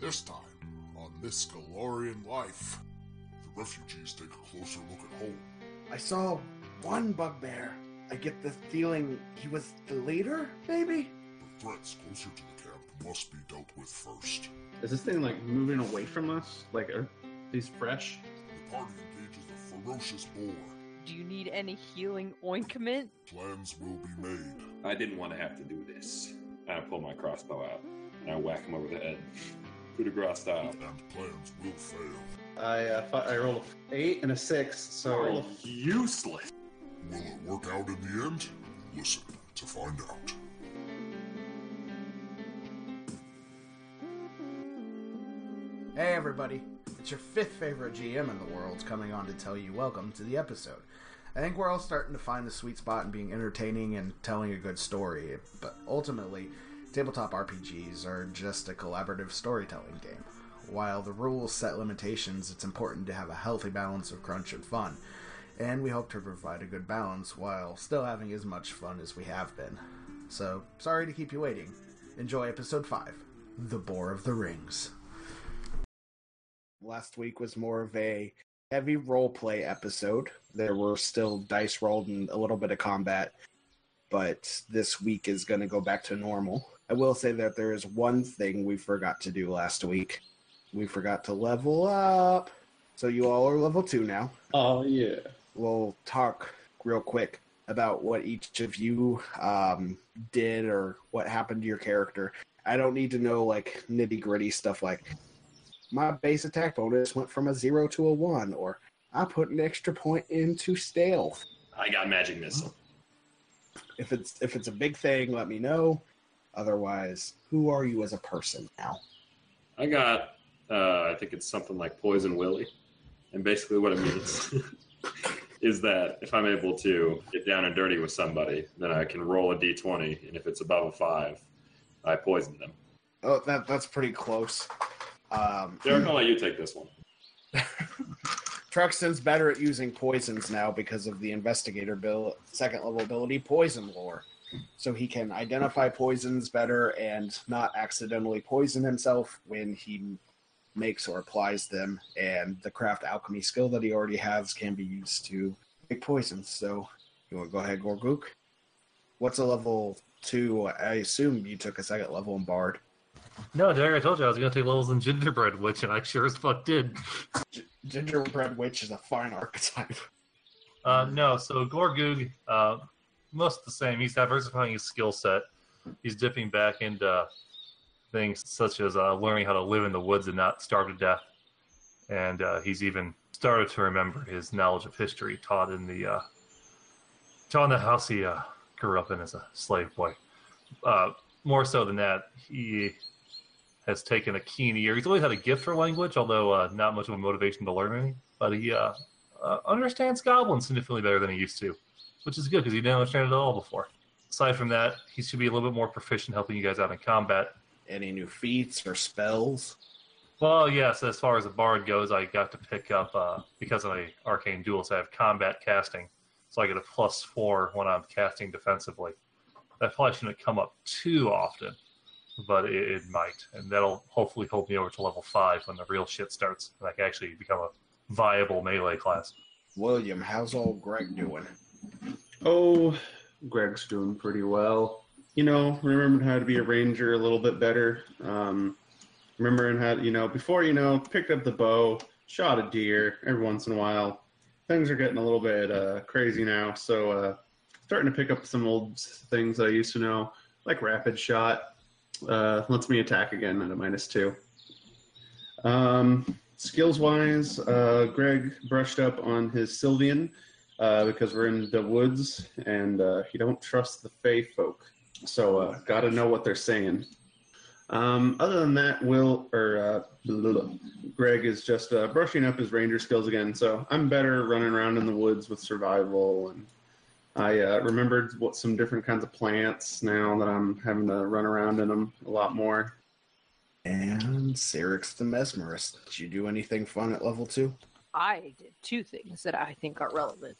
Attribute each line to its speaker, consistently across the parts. Speaker 1: This time, on this Galorian life, the refugees take a closer look at home.
Speaker 2: I saw one bugbear. I get the feeling he was the leader, maybe?
Speaker 1: The threats closer to the camp must be dealt with first.
Speaker 3: Is this thing like moving away from us? Like, are these fresh?
Speaker 1: The party engages the ferocious boar.
Speaker 4: Do you need any healing ointment?
Speaker 1: Plans will be made.
Speaker 5: I didn't want to have to do this. And I pull my crossbow out and I whack him over the head. Coup de grace style.
Speaker 1: And plans will fail.
Speaker 3: I uh, fi- I rolled a eight and a six, so
Speaker 5: Oh, useless.
Speaker 1: Will it work out in the end? Listen to find out.
Speaker 6: Hey everybody, it's your fifth favorite GM in the world's coming on to tell you welcome to the episode. I think we're all starting to find the sweet spot in being entertaining and telling a good story, but ultimately, tabletop RPGs are just a collaborative storytelling game. While the rules set limitations, it's important to have a healthy balance of crunch and fun, and we hope to provide a good balance while still having as much fun as we have been. So, sorry to keep you waiting. Enjoy episode 5 The Boar of the Rings.
Speaker 2: Last week was more of a heavy role play episode. There were still dice rolled and a little bit of combat, but this week is going to go back to normal. I will say that there is one thing we forgot to do last week. We forgot to level up. So you all are level 2 now.
Speaker 3: oh yeah.
Speaker 2: we'll talk real quick about what each of you um, did or what happened to your character. I don't need to know like nitty gritty stuff like my base attack bonus went from a zero to a one, or I put an extra point into stealth.
Speaker 5: I got magic missile.
Speaker 2: If it's if it's a big thing, let me know. Otherwise, who are you as a person now?
Speaker 5: I got, uh, I think it's something like Poison Willy. And basically, what it means is that if I'm able to get down and dirty with somebody, then I can roll a d20, and if it's above a five, I poison them.
Speaker 2: Oh, that that's pretty close. Um,
Speaker 5: Derek, I'll let you take this one.
Speaker 2: Truxton's better at using poisons now because of the investigator bill second level ability poison lore. So he can identify poisons better and not accidentally poison himself when he makes or applies them. And the craft alchemy skill that he already has can be used to make poisons. So you want to go ahead, Gorgook? What's a level two? I assume you took a second level in Bard.
Speaker 7: No, Derek, I told you I was going to take levels in Gingerbread Witch, and I sure as fuck did.
Speaker 2: Gingerbread Witch is a fine archetype.
Speaker 7: Uh, no, so Gorgoog, uh, most the same. He's diversifying his skill set. He's dipping back into things such as uh, learning how to live in the woods and not starve to death. And uh, he's even started to remember his knowledge of history taught in the uh, taught in the house he uh, grew up in as a slave boy. Uh, more so than that, he has taken a keen ear. He's always had a gift for language, although uh, not much of a motivation to learn any. But he uh, uh, understands goblins significantly better than he used to, which is good because he didn't understand it at all before. Aside from that, he should be a little bit more proficient helping you guys out in combat.
Speaker 2: Any new feats or spells?
Speaker 7: Well, yes, as far as the bard goes, I got to pick up uh, because of my arcane duels. I have combat casting, so I get a plus four when I'm casting defensively. That probably shouldn't come up too often, but it, it might, and that'll hopefully hold me over to level five when the real shit starts, and I can actually become a viable melee class.
Speaker 2: William, how's old Greg doing?
Speaker 3: Oh, Greg's doing pretty well. You know, remembering how to be a ranger a little bit better. Um, remembering how you know before you know picked up the bow, shot a deer every once in a while. Things are getting a little bit uh, crazy now, so uh, starting to pick up some old s- things that I used to know, like rapid shot. Uh, lets me attack again at a minus two. Um, skills wise, uh, Greg brushed up on his Sylvian uh, because we're in the woods and uh, you don't trust the Fey folk. So uh, gotta know what they're saying. Um, other than that, Will or uh, blah, blah, blah. Greg is just uh, brushing up his ranger skills again. So I'm better running around in the woods with survival, and I uh, remembered what some different kinds of plants now that I'm having to run around in them a lot more.
Speaker 2: And Cyrix the Mesmerist. Did you do anything fun at level two?
Speaker 4: I did two things that I think are relevant.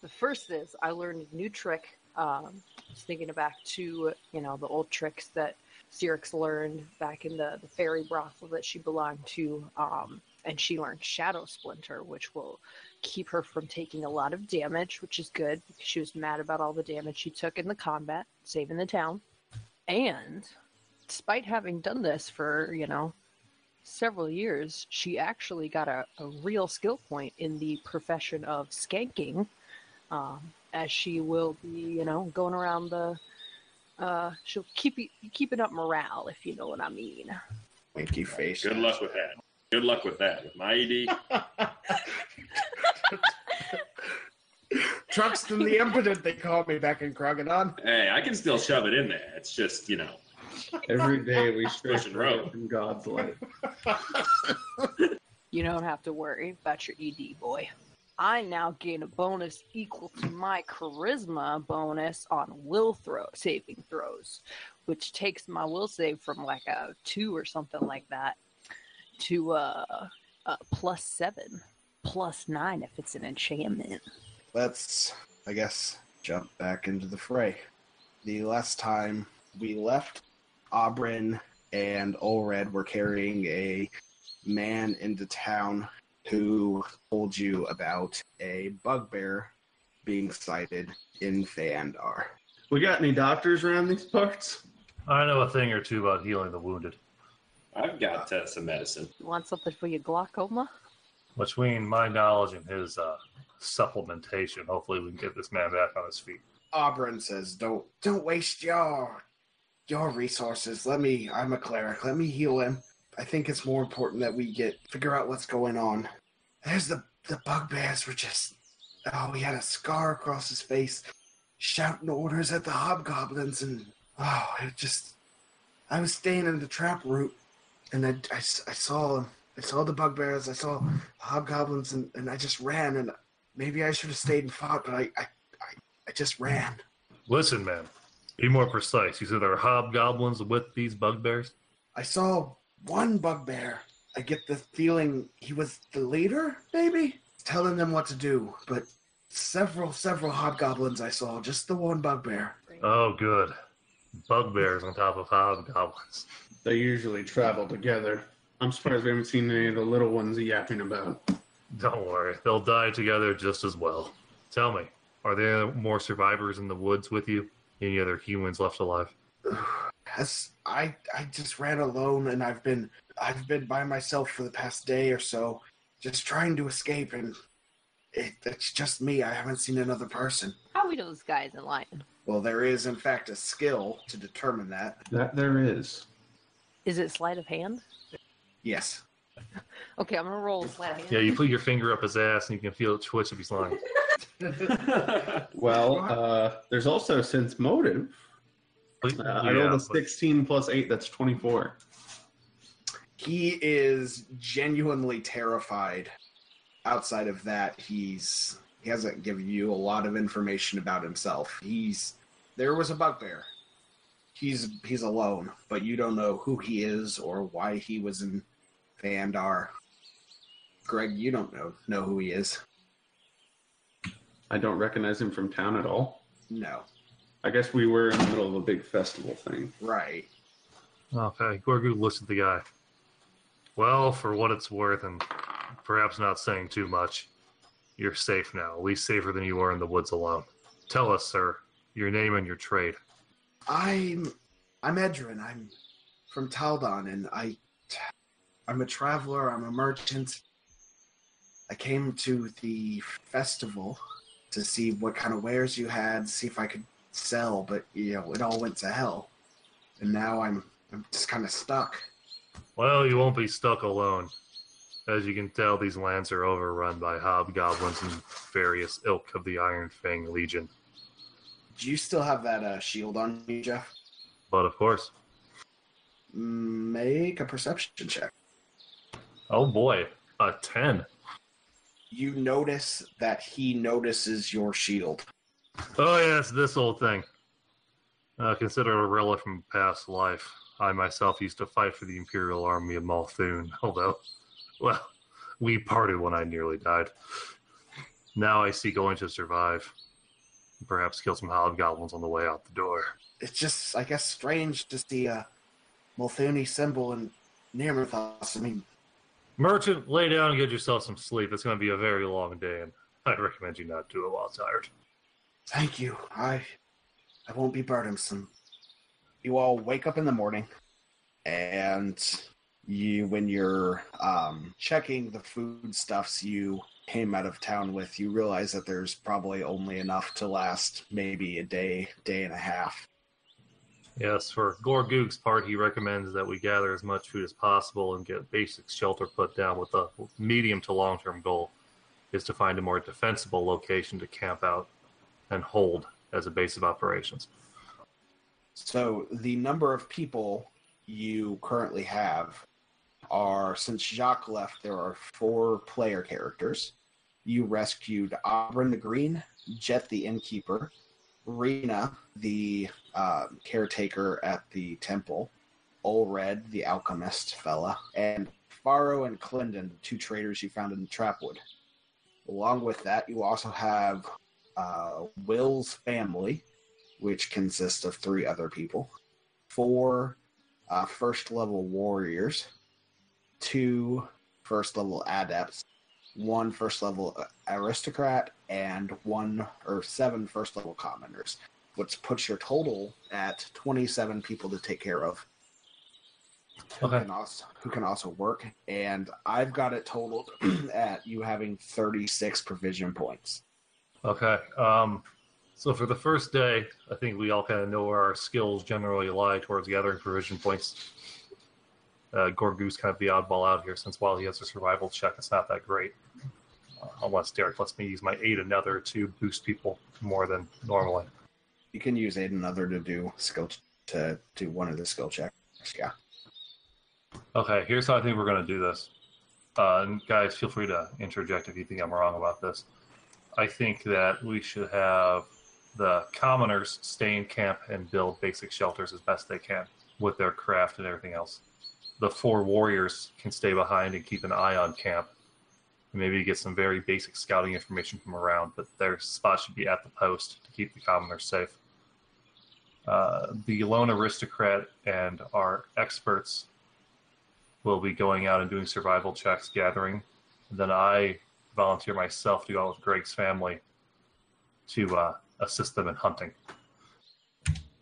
Speaker 4: The first is I learned a new trick. Um, just thinking back to you know the old tricks that Cyrix learned back in the, the fairy brothel that she belonged to, um, and she learned Shadow Splinter, which will keep her from taking a lot of damage, which is good because she was mad about all the damage she took in the combat, saving the town. And despite having done this for, you know, several years, she actually got a, a real skill point in the profession of skanking, um, as she will be, you know, going around the. Uh, she'll keep y- keeping up morale, if you know what I mean.
Speaker 2: Winky face.
Speaker 5: Good luck with that. Good luck with that. With my E ED,
Speaker 2: Truxton the Impotent, they called me back in Krogodon.
Speaker 5: hey, I can still shove it in there. It's just you know,
Speaker 3: Every day we stretch
Speaker 5: Pushing rope.
Speaker 3: in God's light.
Speaker 4: You don't have to worry about your ED, boy. I now gain a bonus equal to my charisma bonus on will throw saving throws, which takes my will save from like a two or something like that to uh, a plus seven, plus nine if it's an enchantment.
Speaker 2: let's, I guess, jump back into the fray. The last time we left, Aubryn and Olred were carrying a man into town who told you about a bugbear being sighted in Thandar.
Speaker 3: We got any doctors around these parts?
Speaker 7: I know a thing or two about healing the wounded.
Speaker 5: I've got uh, some medicine.
Speaker 4: You want something for your glaucoma?
Speaker 7: Between my knowledge and his uh, supplementation, hopefully we can get this man back on his feet.
Speaker 2: Aubryn says, "Don't don't waste your your resources. Let me. I'm a cleric. Let me heal him. I think it's more important that we get figure out what's going on. There's the the bugbears were just. Oh, he had a scar across his face, shouting orders at the hobgoblins, and oh, it just. I was staying in the trap route, and I, I s- I saw him. I saw the bugbears. I saw the hobgoblins, and, and I just ran. And maybe I should have stayed and fought, but I I, I, I just ran.
Speaker 7: Listen, man, be more precise. You said there are hobgoblins with these bugbears?
Speaker 2: I saw one bugbear. I get the feeling he was the leader, maybe? Telling them what to do, but several, several hobgoblins I saw, just the one bugbear.
Speaker 7: Oh, good. Bugbears on top of hobgoblins.
Speaker 3: They usually travel together. I'm surprised we haven't seen any of the little ones yapping about.
Speaker 7: Don't worry, they'll die together just as well. Tell me, are there more survivors in the woods with you? Any other humans left alive?
Speaker 2: As I I just ran alone and I've been I've been by myself for the past day or so, just trying to escape and it, it's just me. I haven't seen another person.
Speaker 4: How we know this guy isn't lying?
Speaker 2: Well, there is in fact a skill to determine that.
Speaker 3: That there is.
Speaker 4: Is it sleight of hand?
Speaker 2: Yes.
Speaker 4: Okay, I'm gonna roll sleight of hand.
Speaker 7: Yeah, you put your finger up his ass and you can feel it twitch if he's lying.
Speaker 3: Well, uh, there's also sense motive. Uh, I
Speaker 7: Yeah,
Speaker 3: rolled a
Speaker 7: but
Speaker 3: 16 plus 8, that's 24.
Speaker 2: he is genuinely terrified outside of that he's he hasn't given you a lot of information about himself he's there was a bugbear he's he's alone but you don't know who he is or why he was in vandar greg you don't know know who he is
Speaker 3: I don't recognize him from town at all.
Speaker 2: no
Speaker 3: I guess we were in the middle of a big festival thing.
Speaker 2: right
Speaker 7: Okay, Gorgu looks at the guy. Well, for what it's worth, and perhaps not saying too much, you're safe now, at least safer than you were in the woods alone. Tell us, sir, your name and your trade.
Speaker 2: I'm I'm Edrin. I'm from Taldon, and I I'm a traveler. I'm a merchant. I came to the festival to see what kind of wares you had, see if I could sell, but you know it all went to hell, and now I'm I'm just kind of stuck.
Speaker 7: Well, you won't be stuck alone. As you can tell, these lands are overrun by hobgoblins and various ilk of the Iron Fang Legion.
Speaker 2: Do you still have that uh, shield on you, Jeff?
Speaker 7: But of course,
Speaker 2: Make a perception check.
Speaker 7: oh boy, a 10.
Speaker 2: You notice that he notices your shield.
Speaker 7: Oh, yes, this old thing. Uh, considered a relic from past life. I myself used to fight for the Imperial Army of Malthune, although, well, we parted when I nearly died. Now I seek only to survive. Perhaps kill some hobgoblins on the way out the door.
Speaker 2: it's just I guess strange to see a
Speaker 8: Multhani symbol and Nearmethos. I mean,
Speaker 7: Merchant, lay down and get yourself some sleep. It's going to be a very long day, and I recommend you not do it while tired.
Speaker 8: thank you. I, I won't be burdensome. You all wake up in the morning, and you, when you're um, checking the foodstuffs you came out of town with, you realize that there's probably only enough to last maybe a day, day and a half.
Speaker 7: Yes, for Gorgoog's part, he recommends that we gather as much food as possible and get basic shelter put down with the medium to long term goal is to find a more defensible location to camp out and hold as a base of operations.
Speaker 8: So the number of people you currently have are since Jacques left, there are four player characters. You rescued Auburn the Green, Jet the Innkeeper, Rena the uh, caretaker at the temple, Olred the alchemist fella, and Faro and Clendon, the two traitors you found in the Trapwood. Along with that, you also have uh, Will's family, which consists of three other people, four uh, first level warriors, two first level adepts, one first level uh, aristocrat, and one or seven first level commoners, which puts your total at 27 people to take care of. Who,
Speaker 7: Okay.
Speaker 8: can also, who can also work, and I've got it totaled at you having 36 provision points.
Speaker 7: Okay. Um, so for the first day, I think we all kind of know where our skills generally lie towards gathering provision points. Uh, Gorgoog's kind of the oddball out here since while he has a survival check, it's not that great. Uh, unless Derek lets me use my aid another to boost people more than normally.
Speaker 8: You can use aid another to do skill to do one of the skill checks. Yeah.
Speaker 7: Okay, here's how I think we're going to do this. Uh, and guys, feel free to interject if you think I'm wrong about this. I think that we should have the commoners stay in camp and build basic shelters as best they can with their craft and everything else. The four warriors can stay behind and keep an eye on camp. and Maybe get some very basic scouting information from around, but their spot should be at the post to keep the commoners safe. Uh, the lone aristocrat and our experts will be going out and doing survival checks, gathering. And then I volunteer myself to go out with Greg's family to uh, assist them in hunting.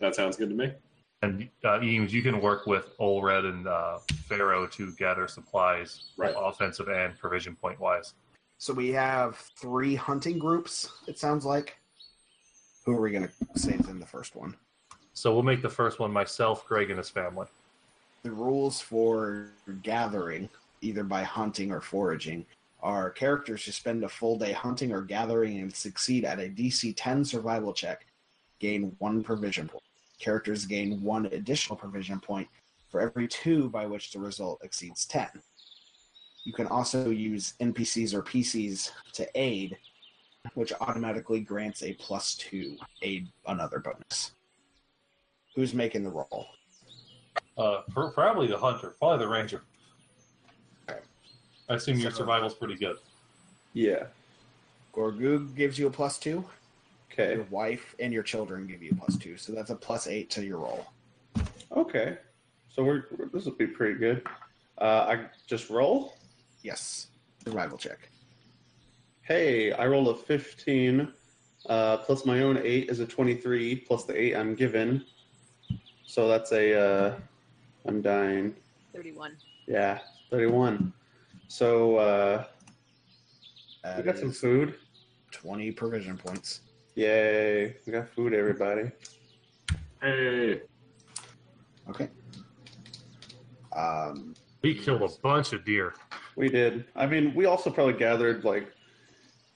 Speaker 5: That sounds good to me.
Speaker 7: And uh, Eames, you can work with Olred and uh, Pharaoh to gather supplies,
Speaker 5: Right.
Speaker 7: offensive and provision point wise.
Speaker 8: So we have three hunting groups, it sounds like. Who are we going to say is in the first one?
Speaker 7: So we'll make the first one myself, Greg, and his family.
Speaker 8: The rules for gathering, either by hunting or foraging, are characters who spend a full day hunting or gathering and succeed at a DC 10 survival check gain one provision point. Characters gain one additional provision point for every two by which the result exceeds 10. You can also use NPCs or PCs to aid, which automatically grants a plus two aid another bonus. Who's making the roll?
Speaker 7: Uh, pr- probably the hunter, probably the ranger.
Speaker 8: Okay.
Speaker 7: I assume your
Speaker 8: So-
Speaker 7: survival's pretty good.
Speaker 9: Yeah.
Speaker 8: Gorgug gives you a plus two.
Speaker 9: Okay.
Speaker 8: Your wife and your children give you a plus two, so that's a plus eight to your roll.
Speaker 9: Okay. So we're, we're this will be pretty good. Uh, I just roll.
Speaker 8: Yes, survival check.
Speaker 9: Hey, I rolled a 15, uh, plus my own 8 is a 23, plus the 8 I'm given. So that's a, uh, I'm dying.
Speaker 4: 31.
Speaker 9: Yeah, 31. So uh, we
Speaker 8: That
Speaker 9: got some
Speaker 8: is
Speaker 9: food.
Speaker 8: Twenty provision points.
Speaker 9: Yay, we got food, everybody.
Speaker 5: Hey,
Speaker 8: Okay. Um,
Speaker 7: He killed a bunch of deer.
Speaker 9: We did. I mean, we also probably gathered like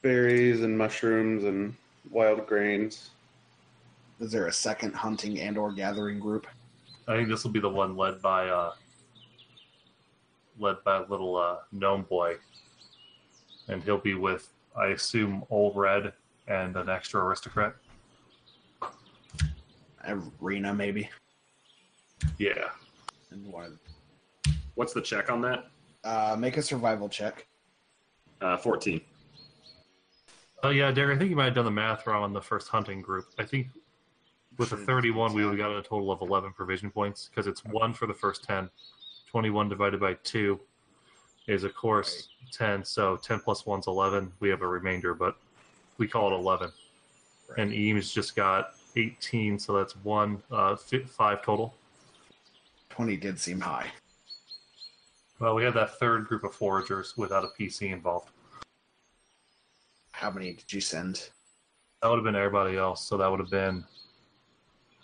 Speaker 9: berries and mushrooms and wild grains.
Speaker 8: is there a second hunting and/or gathering group?
Speaker 7: I think this will be the one led by uh led by little uh gnome boy. And he'll be with I assume old red and an extra aristocrat.
Speaker 8: Arena, maybe.
Speaker 7: Yeah.
Speaker 8: And one.
Speaker 5: what's the check on that?
Speaker 8: Uh, make a survival check.
Speaker 5: Uh, 14.
Speaker 7: Oh yeah, Derek, I think you might have done the math wrong on the first hunting group. I think With a 31, we would have gotten a total of 11 provision points because it's one for the first 10. 21 divided by 2 is, of course, 10. So 10 plus 1's 11. We have a remainder, but we call it 11. And Eames just got 18, so that's one, uh, fi- 5 total.
Speaker 2: 20 did seem high.
Speaker 7: Well, we had that third group of foragers without a PC involved.
Speaker 2: How many did you send?
Speaker 7: That would have been everybody else. So that would have been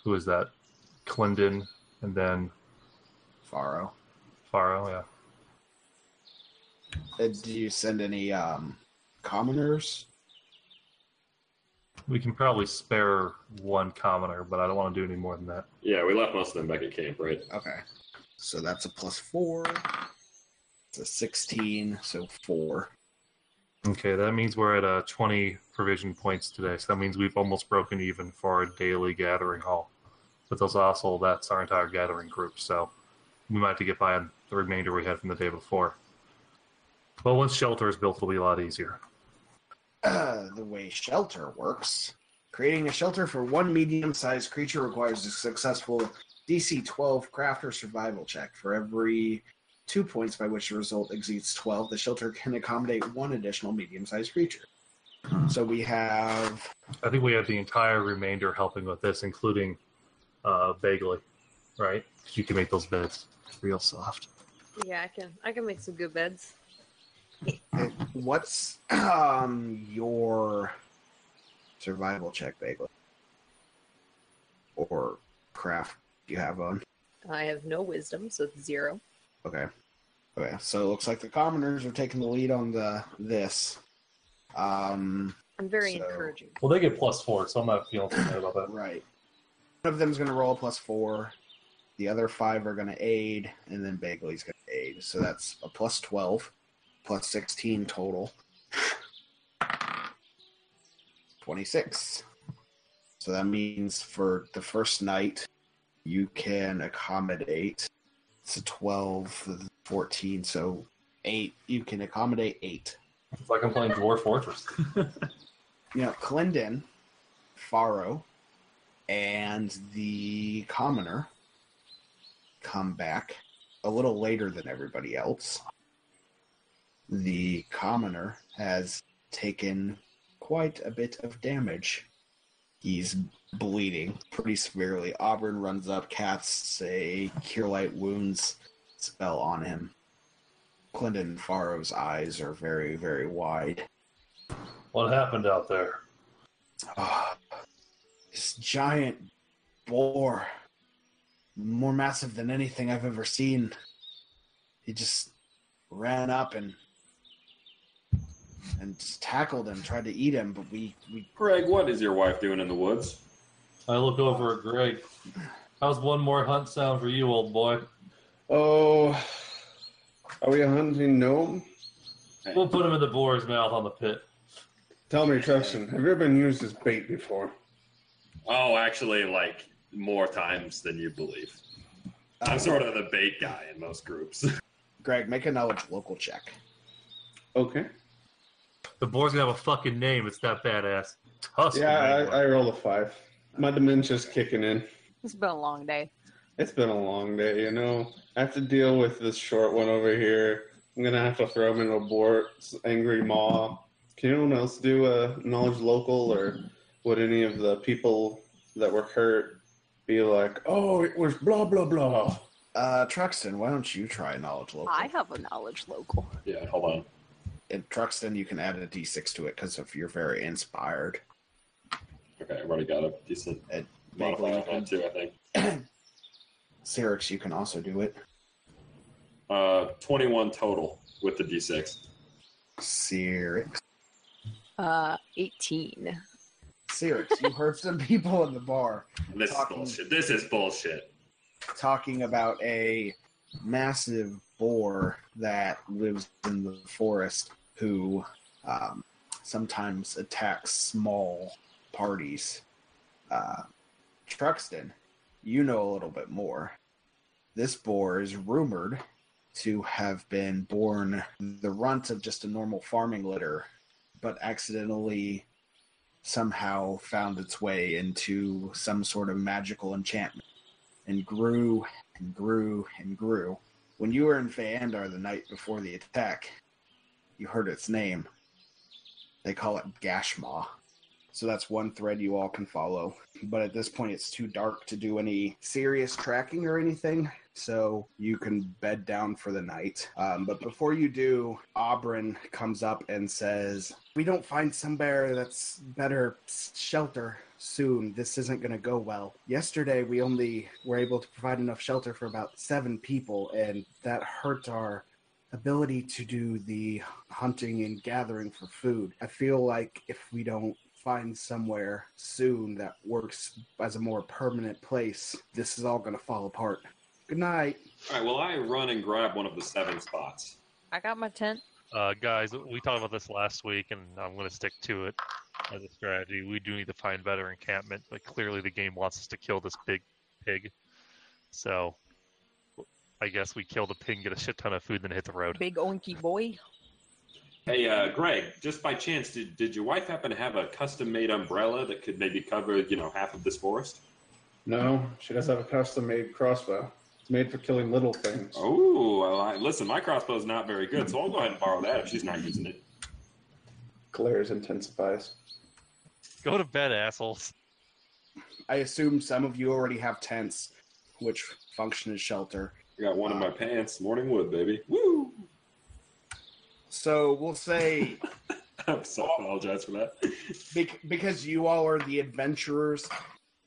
Speaker 7: who is that? Clendon and then
Speaker 2: Faro.
Speaker 7: Faro. Yeah.
Speaker 2: Uh, Do you send any um, commoners?
Speaker 7: We can probably spare one commoner, but I don't want to do any more than that.
Speaker 5: Yeah, we left most of them back at camp, right?
Speaker 2: Okay. So that's a plus four. It's a 16, so four.
Speaker 7: Okay, that means we're at uh, 20 provision points today. So that means we've almost broken even for our daily gathering haul. But those also, that's our entire gathering group. So we might have to get by on the remainder we had from the day before. But once shelter is built, it'll be a lot easier.
Speaker 2: Uh, the way shelter works creating a shelter for one medium sized creature requires a successful DC 12 craft or survival check. For every two points by which the result exceeds 12, the shelter can accommodate one additional medium sized creature. So we have
Speaker 7: I think we have the entire remainder helping with this, including uh, Bagley, right? 'Cause you can make those beds real soft.
Speaker 10: Yeah, I can. I can make some good beds.
Speaker 2: What's um your survival check, Bagel? Or craft you have on?
Speaker 10: I have no wisdom, so it's zero.
Speaker 2: Okay. Okay. So it looks like the commoners are taking the lead on the this. Um
Speaker 10: I'm very
Speaker 2: So-
Speaker 10: encouraging.
Speaker 7: Well, they get plus four, so I'm not feeling too bad about that.
Speaker 2: right. One of them's gonna roll a plus four. The other five are gonna aid, and then Bagley's gonna aid. So that's a plus twelve, plus sixteen total. Twenty-six. So that means for the first night, you can accommodate. It's a 12, 14, so 8. You can accommodate 8.
Speaker 7: It's like I'm playing Dwarf Fortress.
Speaker 2: you know, Clendon, Faro, and the commoner come back a little later than everybody else. The commoner has taken quite a bit of damage. He's bleeding pretty severely. Auburn runs up, casts a cure light wounds spell on him. Clendon and Faro's eyes are very, very wide.
Speaker 7: what happened out there?
Speaker 2: Ah, this giant boar, more massive than anything I've ever seen. He just ran up and and just tackled him, tried to eat him, but we we
Speaker 5: Greg, what is your wife doing in the woods?
Speaker 7: I look over at Greg. How's one more hunt sound for you, old boy?
Speaker 9: Oh, are we hunting gnome?
Speaker 7: We'll put him in the boar's mouth on the pit.
Speaker 9: Tell me, Tristan, have you ever been used as bait before?
Speaker 5: Oh, actually, like more times than you believe. I'm sort of the bait guy in most groups.
Speaker 2: Greg, make a knowledge local check.
Speaker 9: Okay.
Speaker 7: The boar's gonna have a fucking name. It's that badass. Tusk.
Speaker 9: Yeah, I, I rolled a five. My dementia's kicking in.
Speaker 10: It's been a long day.
Speaker 9: It's been a long day, you know. I have to deal with this short one over here. I'm gonna have to throw him into a Bort's angry maw. Can anyone else do a knowledge local, or would any of the people that were hurt be like, "Oh, it was blah blah blah"?
Speaker 2: Uh, Truxton, why don't you try a knowledge local?
Speaker 10: I have a knowledge local.
Speaker 5: yeah, hold on.
Speaker 2: And Truxton, you can add a d6 to it because if you're very inspired.
Speaker 5: Okay, I've already got a decent
Speaker 2: At
Speaker 5: modifier on that too. I think
Speaker 2: Cyrix, you can also do it.
Speaker 5: uh, 21 total with the d6.
Speaker 2: Cyrix.
Speaker 10: Uh, 18.
Speaker 2: Cyrix, you heard some people in the bar.
Speaker 5: This
Speaker 2: Talking.
Speaker 5: is bullshit. This is bullshit.
Speaker 2: talking about a massive boar that lives in the forest who um, sometimes attacks small parties. Uh, Truxton, you know a little bit more. This boar is rumored to have been born the runt of just a normal farming litter, but accidentally somehow found its way into some sort of magical enchantment and grew and grew and grew. When you were in Feandar the night before the attack, you heard its name. They call it Gashmaw. So that's one thread you all can follow. But at this point, it's too dark to do any serious tracking or anything. So you can bed down for the night. Um, but before you do, Auburn comes up and says, We don't find somewhere that's better shelter soon. This isn't going to go well. Yesterday, we only were able to provide enough shelter for about seven people, and that hurt our ability to do the hunting and gathering for food. I feel like if we don't find somewhere soon that works as a more permanent place, this is all going to fall apart. Good night.
Speaker 5: All right. Well, I run and grab one of the seven spots.
Speaker 4: I got my tent.
Speaker 7: Uh, guys, we talked about this last week, and I'm going to stick to it as a strategy. We do need to find better encampment, but clearly the game wants us to kill this big pig. So I guess we kill the pig, get a shit ton of food, then hit the road.
Speaker 4: Big oinky boy.
Speaker 5: Hey, uh, Greg, just by chance, did, did your wife happen to have a custom made umbrella that could maybe cover, you know, half of this forest?
Speaker 9: No, she does have a custom made crossbow. It's made for killing little things.
Speaker 5: Oh, well, I, listen, my crossbow's not very good, so I'll go ahead and borrow that if she's not using it.
Speaker 9: Glares intensifies.
Speaker 7: Go to bed, assholes.
Speaker 2: I assume some of you already have tents, which function as shelter.
Speaker 5: I got one in my pants. Morning wood, baby. Uh, Woo!
Speaker 2: So we'll say
Speaker 5: I'm so apologize for that.
Speaker 2: bec- because you all are the adventurers,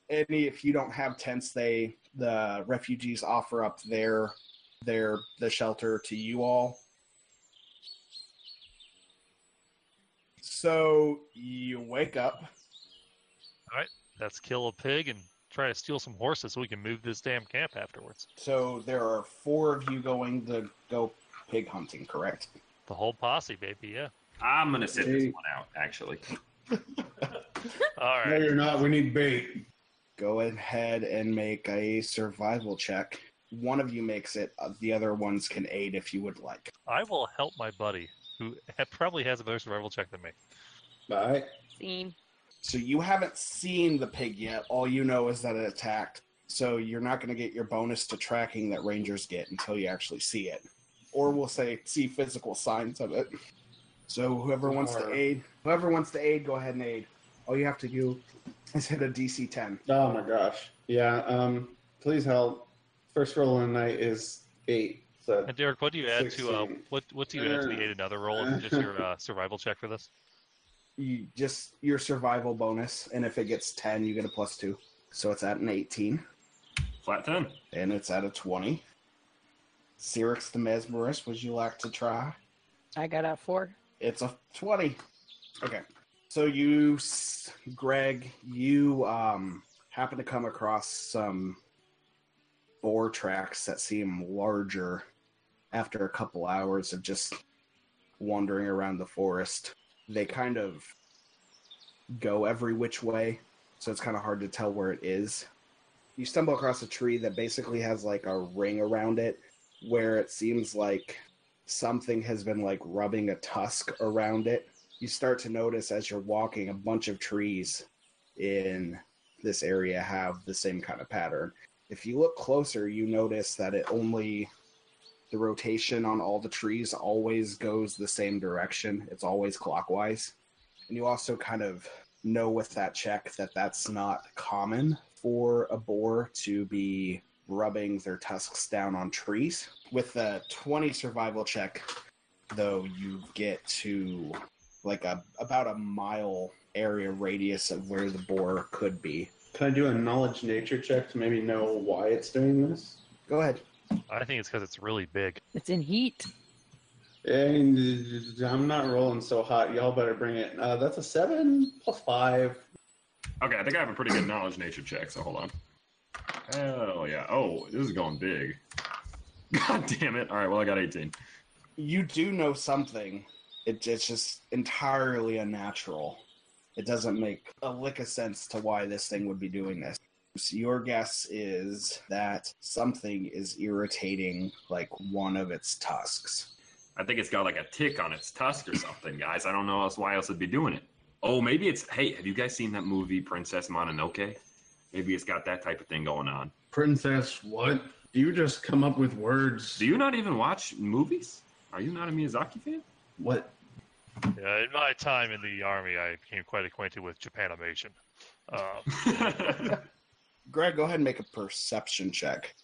Speaker 2: and if you don't have tents, they the refugees offer up their their the shelter to you all. So you wake up.
Speaker 7: Let's kill a pig and try to steal some horses so we can move this damn camp afterwards.
Speaker 2: So there are four of you going to go pig hunting, correct?
Speaker 7: The whole posse, baby, yeah.
Speaker 5: I'm going to sit
Speaker 9: Hey.
Speaker 5: this one out, actually.
Speaker 7: All
Speaker 9: No,
Speaker 7: right.
Speaker 9: you're not. We need bait.
Speaker 2: Go ahead and make a survival check. One of you makes it, uh, the other ones can aid if you would like.
Speaker 7: I will help my buddy, who ha- probably has a better survival check than me.
Speaker 9: Bye.
Speaker 4: Scene.
Speaker 2: So you haven't seen the pig yet. All you know is that it attacked. So you're not going to get your bonus to tracking that rangers get until you actually see it. Or we'll say see physical signs of it. So whoever wants to
Speaker 9: Or-
Speaker 2: aid, whoever wants to aid, go ahead and aid. All you have to do is hit a DC 10.
Speaker 9: Oh my gosh. Yeah. Um. Please help. First roll in the night is eight. So
Speaker 7: And Derek, what do you add to uh,
Speaker 9: 16.
Speaker 7: what what do you add to the
Speaker 9: Uh,
Speaker 7: aid another roll? Is it just your uh, survival check for this?
Speaker 2: You just your survival bonus, and if it gets 10, you get a plus two. So it's at an 18.
Speaker 5: Flat 10.
Speaker 2: and it's at a 20. Cyrix the Mesmerist, would you like to try?
Speaker 4: I got out four.
Speaker 2: It's a 20. Okay. So you, s- Greg, you um, happen to come across some boar tracks that seem larger after a couple hours of just wandering around the forest. They kind of go every which way, so it's kind of hard to tell where it is. You stumble across a tree that basically has like a ring around it where it seems like something has been like rubbing a tusk around it. You start to notice as you're walking a bunch of trees in this area have the same kind of pattern. If you look closer, you notice that it only the rotation on all the trees always goes the same direction. It's always clockwise. And you also kind of know with that check that that's not common for a boar to be rubbing their tusks down on trees. With a 20 survival check, though, you get to like a about a mile area radius of where the boar could be.
Speaker 9: Can I do a knowledge nature check to maybe know why it's doing this?
Speaker 2: Go ahead.
Speaker 7: I think it's because it's really big.
Speaker 4: It's in heat.
Speaker 9: And Eh, I'm not rolling so hot. Y'all better bring it. Uh, that's a seven plus five.
Speaker 5: Okay, I think I have a pretty good knowledge nature check, so hold on. Hell yeah. Oh, this is going big. God damn it. All right, well, I got 18.
Speaker 2: You do know something. It, it's just entirely unnatural. It doesn't make a lick of sense to why this thing would be doing this. So your guess is that something is irritating, like one of its tusks.
Speaker 5: I think it's got like a tick on its tusk or something, guys. I don't know else why else it'd be doing it. Oh, maybe it's. Hey, have you guys seen that movie Princess Mononoke? Maybe it's got that type of thing going on.
Speaker 9: Princess, what? Do you just come up with words?
Speaker 5: Do you not even watch movies? Are you not a Miyazaki fan?
Speaker 9: what?
Speaker 7: Yeah, in my time in the army, I became quite acquainted with Japanimation. Uh,
Speaker 2: Greg, go ahead and make a perception check.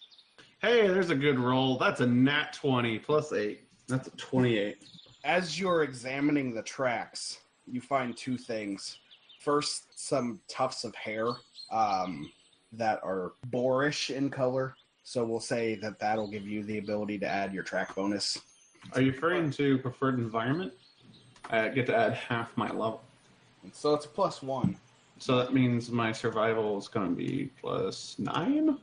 Speaker 9: Hey, there's a good roll. That's a nat 20 plus 8. That's a 28.
Speaker 2: As you're examining the tracks, you find two things. First, some tufts of hair um, that are boarish in color. So we'll say that that'll give you the ability to add your track bonus.
Speaker 9: Are you referring to preferred environment? I get to add half my level.
Speaker 2: So it's plus one.
Speaker 9: So that means my survival is going to be plus 9?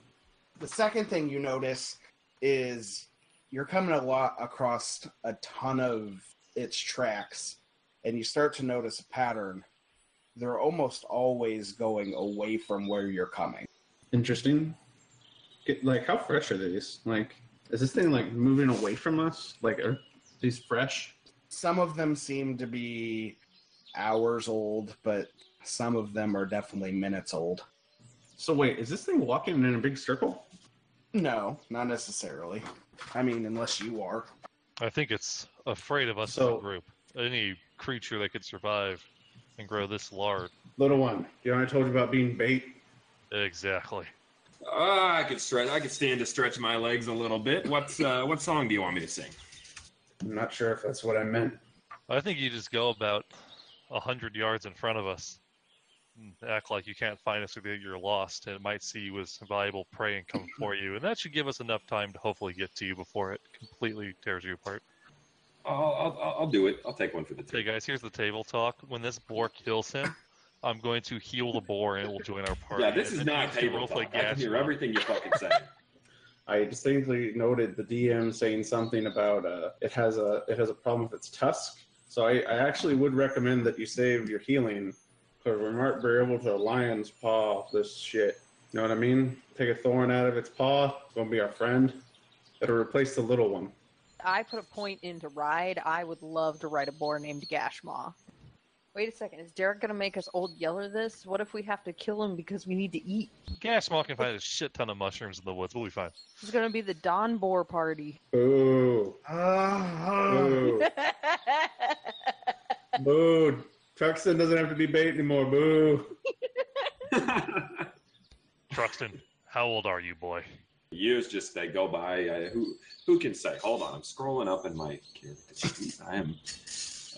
Speaker 2: The second thing you notice is you're coming a lot across a ton of its tracks, and you start to notice a pattern. They're almost always going away from where you're coming.
Speaker 9: Interesting. Get, like, how fresh are these? Like, is this thing like moving away from us? Like, are these fresh?
Speaker 2: Some of them seem to be hours old, but some of them are definitely minutes old.
Speaker 9: So wait, is this thing walking in a big circle?
Speaker 2: No, not necessarily. I mean, unless you are.
Speaker 7: I think it's afraid of us as
Speaker 9: So-
Speaker 7: a group. Any creature that could survive and grow this large.
Speaker 9: Little one, you know I told you about being bait.
Speaker 7: Exactly.
Speaker 5: Ah, I could stretch. I could stand to stretch my legs a little bit. What's uh, what song do you want me to sing?
Speaker 9: I'm not sure if that's what I meant.
Speaker 7: I think you just go about a hundred yards in front of us, and act like you can't find us or that you're lost, and it might see you as valuable prey and come for you, and that should give us enough time to hopefully get to you before it completely tears you apart.
Speaker 5: I'll, I'll- I'll, I'll do it. I'll take one for the
Speaker 7: Hey
Speaker 5: team.
Speaker 7: guys, here's the table talk. When this boar kills him, I'm going to heal the boar and it will join our party.
Speaker 5: Yeah, this
Speaker 7: And
Speaker 5: is
Speaker 7: then
Speaker 5: not
Speaker 7: he's the
Speaker 5: table
Speaker 7: roleplay
Speaker 5: talk. I can
Speaker 7: gas
Speaker 5: hear
Speaker 7: room.
Speaker 5: everything you're fucking saying.
Speaker 9: I distinctly noted the DM saying something about uh, it has a it has a problem with its tusk. So I, I actually would recommend that you save your healing because we're not able to a lion's paw this shit. You know what I mean? Take a thorn out of its paw. It's gonna be our friend. It'll replace the little one.
Speaker 4: I put a point into ride. I would love to ride a boar named Gashmaw. Wait a second. Is Derek going to make us old yeller this? What if we have to kill him because we need to eat?
Speaker 7: Gashmaw can find a shit ton of mushrooms in the woods. We'll be fine.
Speaker 4: This is going to be the Don Boar party.
Speaker 9: Boo!
Speaker 4: Uh-huh.
Speaker 9: Boo! Boo! Truxton doesn't have to be bait anymore. Boo!
Speaker 7: Truxton, how old are you, boy?
Speaker 5: Years just they go by. I, who who can say? Hold on, I'm scrolling up in my. Jeez, I am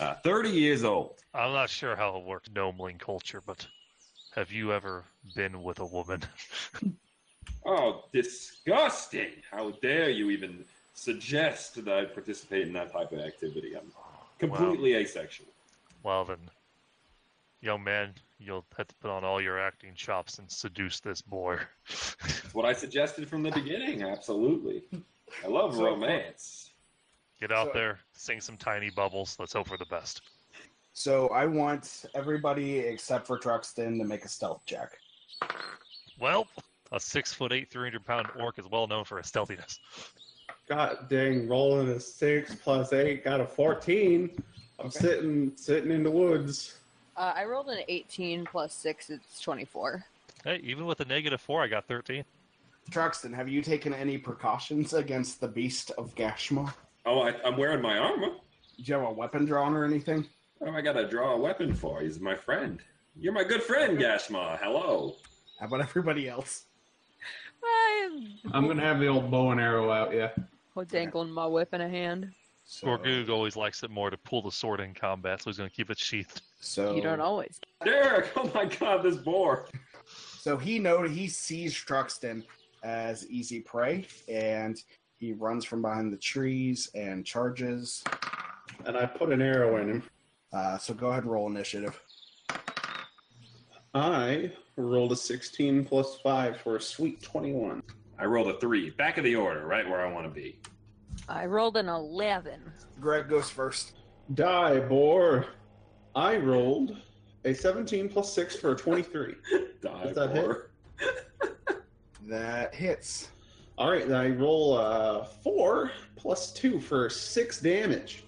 Speaker 5: uh, 30 years old.
Speaker 7: I'm not sure how it works, gnomeling culture, but have you ever been with a woman?
Speaker 5: Oh, disgusting! How dare you even suggest that I participate in that type of activity? I'm completely asexual.
Speaker 7: Well, then, young man, you'll have to put on all your acting chops and seduce this boy.
Speaker 5: That's what I suggested from the beginning. Absolutely, I love
Speaker 2: So-
Speaker 5: romance.
Speaker 7: Get out
Speaker 2: So-
Speaker 7: there, sing some tiny bubbles. Let's hope for the best.
Speaker 2: So I want everybody except for Truxton to make a stealth check.
Speaker 7: Well, a six foot eight, 300 pound orc is well known for his stealthiness.
Speaker 9: God dang! Rolling a six plus eight got a fourteen. I'm
Speaker 2: Okay.
Speaker 9: sitting sitting in the woods.
Speaker 4: Uh, I rolled an 18 plus 6. It's 24.
Speaker 7: Hey, even with a negative four, I got 13.
Speaker 2: Truxton, have you taken any precautions against the beast of Gashma?
Speaker 5: Oh, I, I'm wearing my armor.
Speaker 2: Do you have a weapon drawn or anything?
Speaker 5: What am I gotta draw a weapon for? He's my friend. You're my good friend, Gashma. Hello.
Speaker 2: How about everybody else?
Speaker 9: I'm gonna have the old bow and arrow out, yeah.
Speaker 4: I'm dangling my whip in a hand.
Speaker 7: Gorgoog always likes it more to pull the sword in combat, so he's going to keep it sheathed.
Speaker 2: So
Speaker 4: You don't always.
Speaker 5: Derek, oh my god, this boar.
Speaker 2: So he know he sees Truxton as easy prey, and he runs from behind the trees and charges.
Speaker 9: And I put an arrow in him.
Speaker 2: Uh, so go ahead and roll initiative.
Speaker 9: I rolled a 16 plus 5 for a sweet 21.
Speaker 5: I rolled a three. Back of the order, right where I want to be.
Speaker 4: I rolled an 11.
Speaker 2: Greg goes first.
Speaker 9: Die, boar! I rolled a 17 plus 6 for a 23.
Speaker 5: Die
Speaker 9: Is that
Speaker 5: boar.
Speaker 2: That hits.
Speaker 9: All right, then I roll a 4 plus 2 for 6 damage.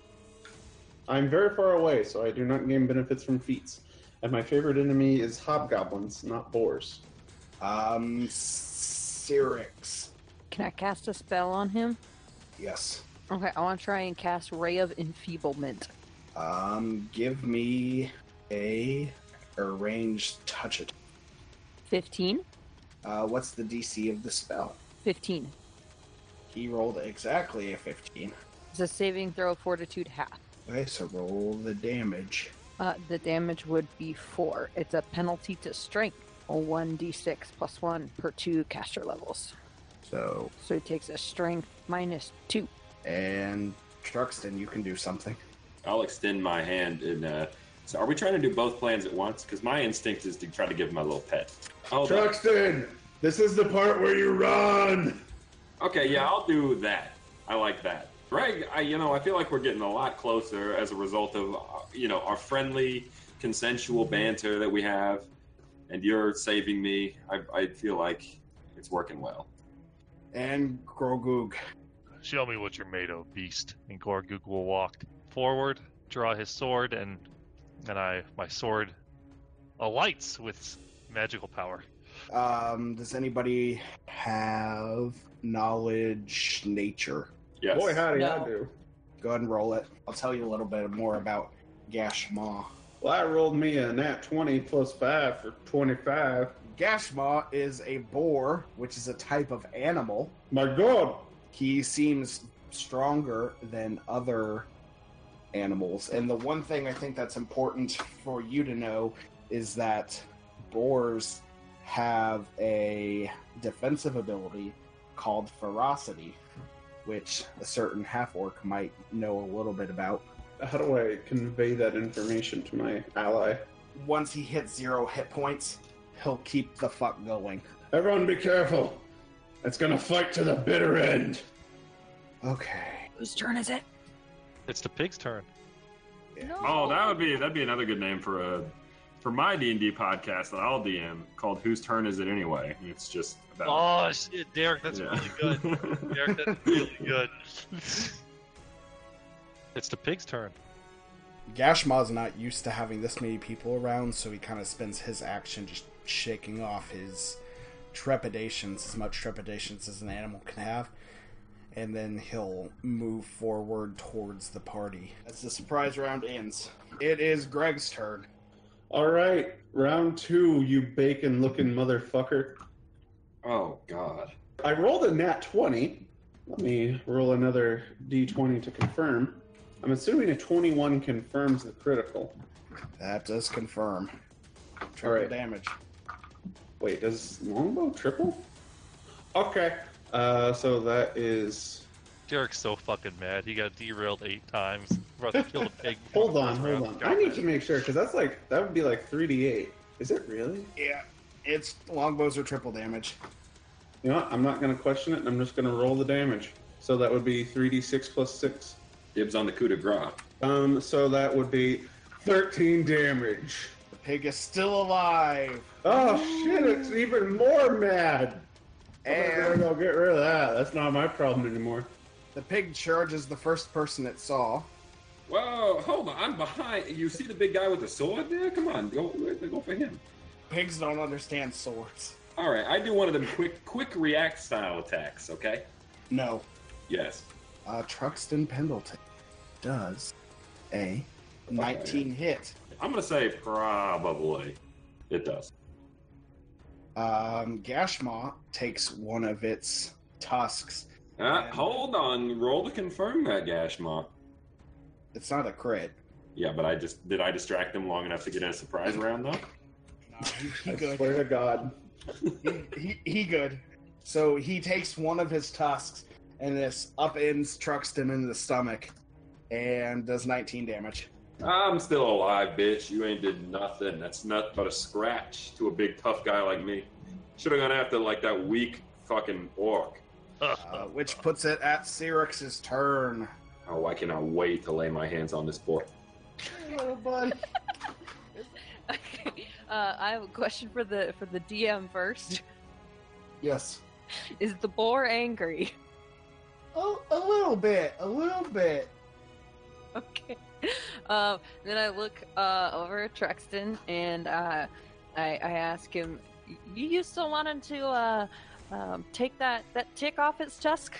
Speaker 9: I'm very far away, so I do not gain benefits from feats. And my favorite enemy is hobgoblins, not boars.
Speaker 2: Um, Cyrix.
Speaker 4: Can I cast a spell on him?
Speaker 2: Yes.
Speaker 4: Okay, I want to try and cast Ray of Enfeeblement.
Speaker 2: Um, give me a arranged touch it.
Speaker 4: 15?
Speaker 2: Uh, what's the DC of the spell?
Speaker 4: 15.
Speaker 2: He rolled exactly a 15.
Speaker 4: It's a saving throw, fortitude half.
Speaker 2: Okay, so roll the damage.
Speaker 4: Uh, the damage would be 4. It's a penalty to strength. A 1d6 plus 1 per 2 caster levels.
Speaker 2: So,
Speaker 4: So he takes a strength minus 2.
Speaker 2: and Truxton, you can do something.
Speaker 5: I'll extend my hand and uh, so are we trying to do both plans at once? Because my instinct is to try to give him my little pet. Oh,
Speaker 9: Truxton, this is the part where you run.
Speaker 5: okay, yeah, I'll do that. I like that. Greg, I, you know, I feel like we're getting a lot closer as a result of, uh, you know, our friendly, consensual banter that we have, and you're saving me. I, I feel like it's working well.
Speaker 2: And Grogoog.
Speaker 8: Show me what you're made of, beast. And Gorgug will walk forward, draw his sword, and and I my sword alights with magical power.
Speaker 2: Um, does anybody have knowledge nature?
Speaker 5: Yes.
Speaker 9: Boy, howdy,
Speaker 4: No.
Speaker 9: I do.
Speaker 2: Go ahead and roll it. I'll tell you a little bit more about Gashmaw.
Speaker 9: Well, I rolled me a nat 20 plus 5 for 25.
Speaker 2: Gashmaw is a boar, which is a type of animal.
Speaker 9: My god!
Speaker 2: He seems stronger than other animals. And the one thing I think that's important for you to know is that boars have a defensive ability called ferocity, which a certain half orc might know a little bit about.
Speaker 9: How do I convey that information to my ally?
Speaker 2: Once he hits zero hit points, he'll keep the fuck going.
Speaker 9: Everyone be careful. It's gonna fight to the bitter end.
Speaker 2: Okay.
Speaker 4: Whose turn is it?
Speaker 8: It's the pig's turn.
Speaker 5: Oh, that would be that'd be another good name for a for my D and D podcast that I'll DM called "Whose Turn Is It Anyway?" And it's just about
Speaker 8: Oh shit, Derek, that's
Speaker 5: Yeah.
Speaker 8: really good. Derek, that's really good. it's the pig's turn.
Speaker 2: Gashmaw's not used to having this many people around, so he kind of spends his action just shaking off his trepidations, as much trepidations as an animal can have, and then he'll move forward towards the party. As the surprise round ends, it is Greg's turn.
Speaker 9: All right, round two, you bacon-looking motherfucker.
Speaker 5: oh god.
Speaker 9: I rolled a nat 20. Let me roll another d20 to confirm. I'm assuming a 21 confirms the critical.
Speaker 2: That does confirm. Triple
Speaker 9: Alright.
Speaker 2: damage.
Speaker 9: Wait, does longbow triple? Okay. Uh, so that is.
Speaker 8: Derek's so fucking mad. He got derailed eight times. Brother killed a pig.
Speaker 9: Hold on, hold on. I need to make sure because that's like that would be like 3d8. Is it really?
Speaker 2: Yeah, it's longbows are triple damage.
Speaker 9: You know, what? I'm not gonna question it. and I'm just gonna roll the damage. So that would be 3d6 plus six.
Speaker 5: Dibs on the coup de grace.
Speaker 9: Um, so that would be 13 damage.
Speaker 2: The pig is still alive.
Speaker 9: Oh shit! It's even more mad. I'm
Speaker 2: And
Speaker 9: gonna go get rid of that. That's not my problem anymore.
Speaker 2: the pig charges the first person it saw.
Speaker 5: Whoa, hold on! I'm behind. You see the big guy with the sword there? Come on, go go for him.
Speaker 2: Pigs don't understand swords.
Speaker 5: All right, I do one of them quick quick react style attacks. Okay.
Speaker 2: No.
Speaker 5: Yes.
Speaker 2: Uh, Truxton Pendleton does a 19 hit.
Speaker 5: I'm gonna say probably it does.
Speaker 2: Um, Gashmaw takes one of its tusks.
Speaker 5: Uh, hold on. Roll to confirm that, Gashma.
Speaker 2: It's not a crit.
Speaker 5: Yeah, but I just did I distract them long enough to get in a surprise round though.
Speaker 2: He
Speaker 9: I
Speaker 2: good.
Speaker 9: swear to God.
Speaker 2: He, he, he good. So he takes one of his tusks and this upends Truxton in the stomach and does 19 damage.
Speaker 5: I'm still alive, bitch. You ain't did nothing. That's not but a scratch to a big tough guy like me. Should have gone after like that weak fucking orc.
Speaker 2: Uh, which puts it at Cyrix's turn.
Speaker 5: Oh, why can I wait to lay my hands on this boy?
Speaker 2: Oh, bud.
Speaker 4: Okay. Uh, I have a question for the for the DM first.
Speaker 2: Yes.
Speaker 4: Is the boar angry?
Speaker 2: Oh, a little bit. A little bit.
Speaker 4: Okay. Um, then I look uh, over at Trexton and uh, I, I ask him, "Y- "You still wanting to uh, um, take that that tick off its tusk?"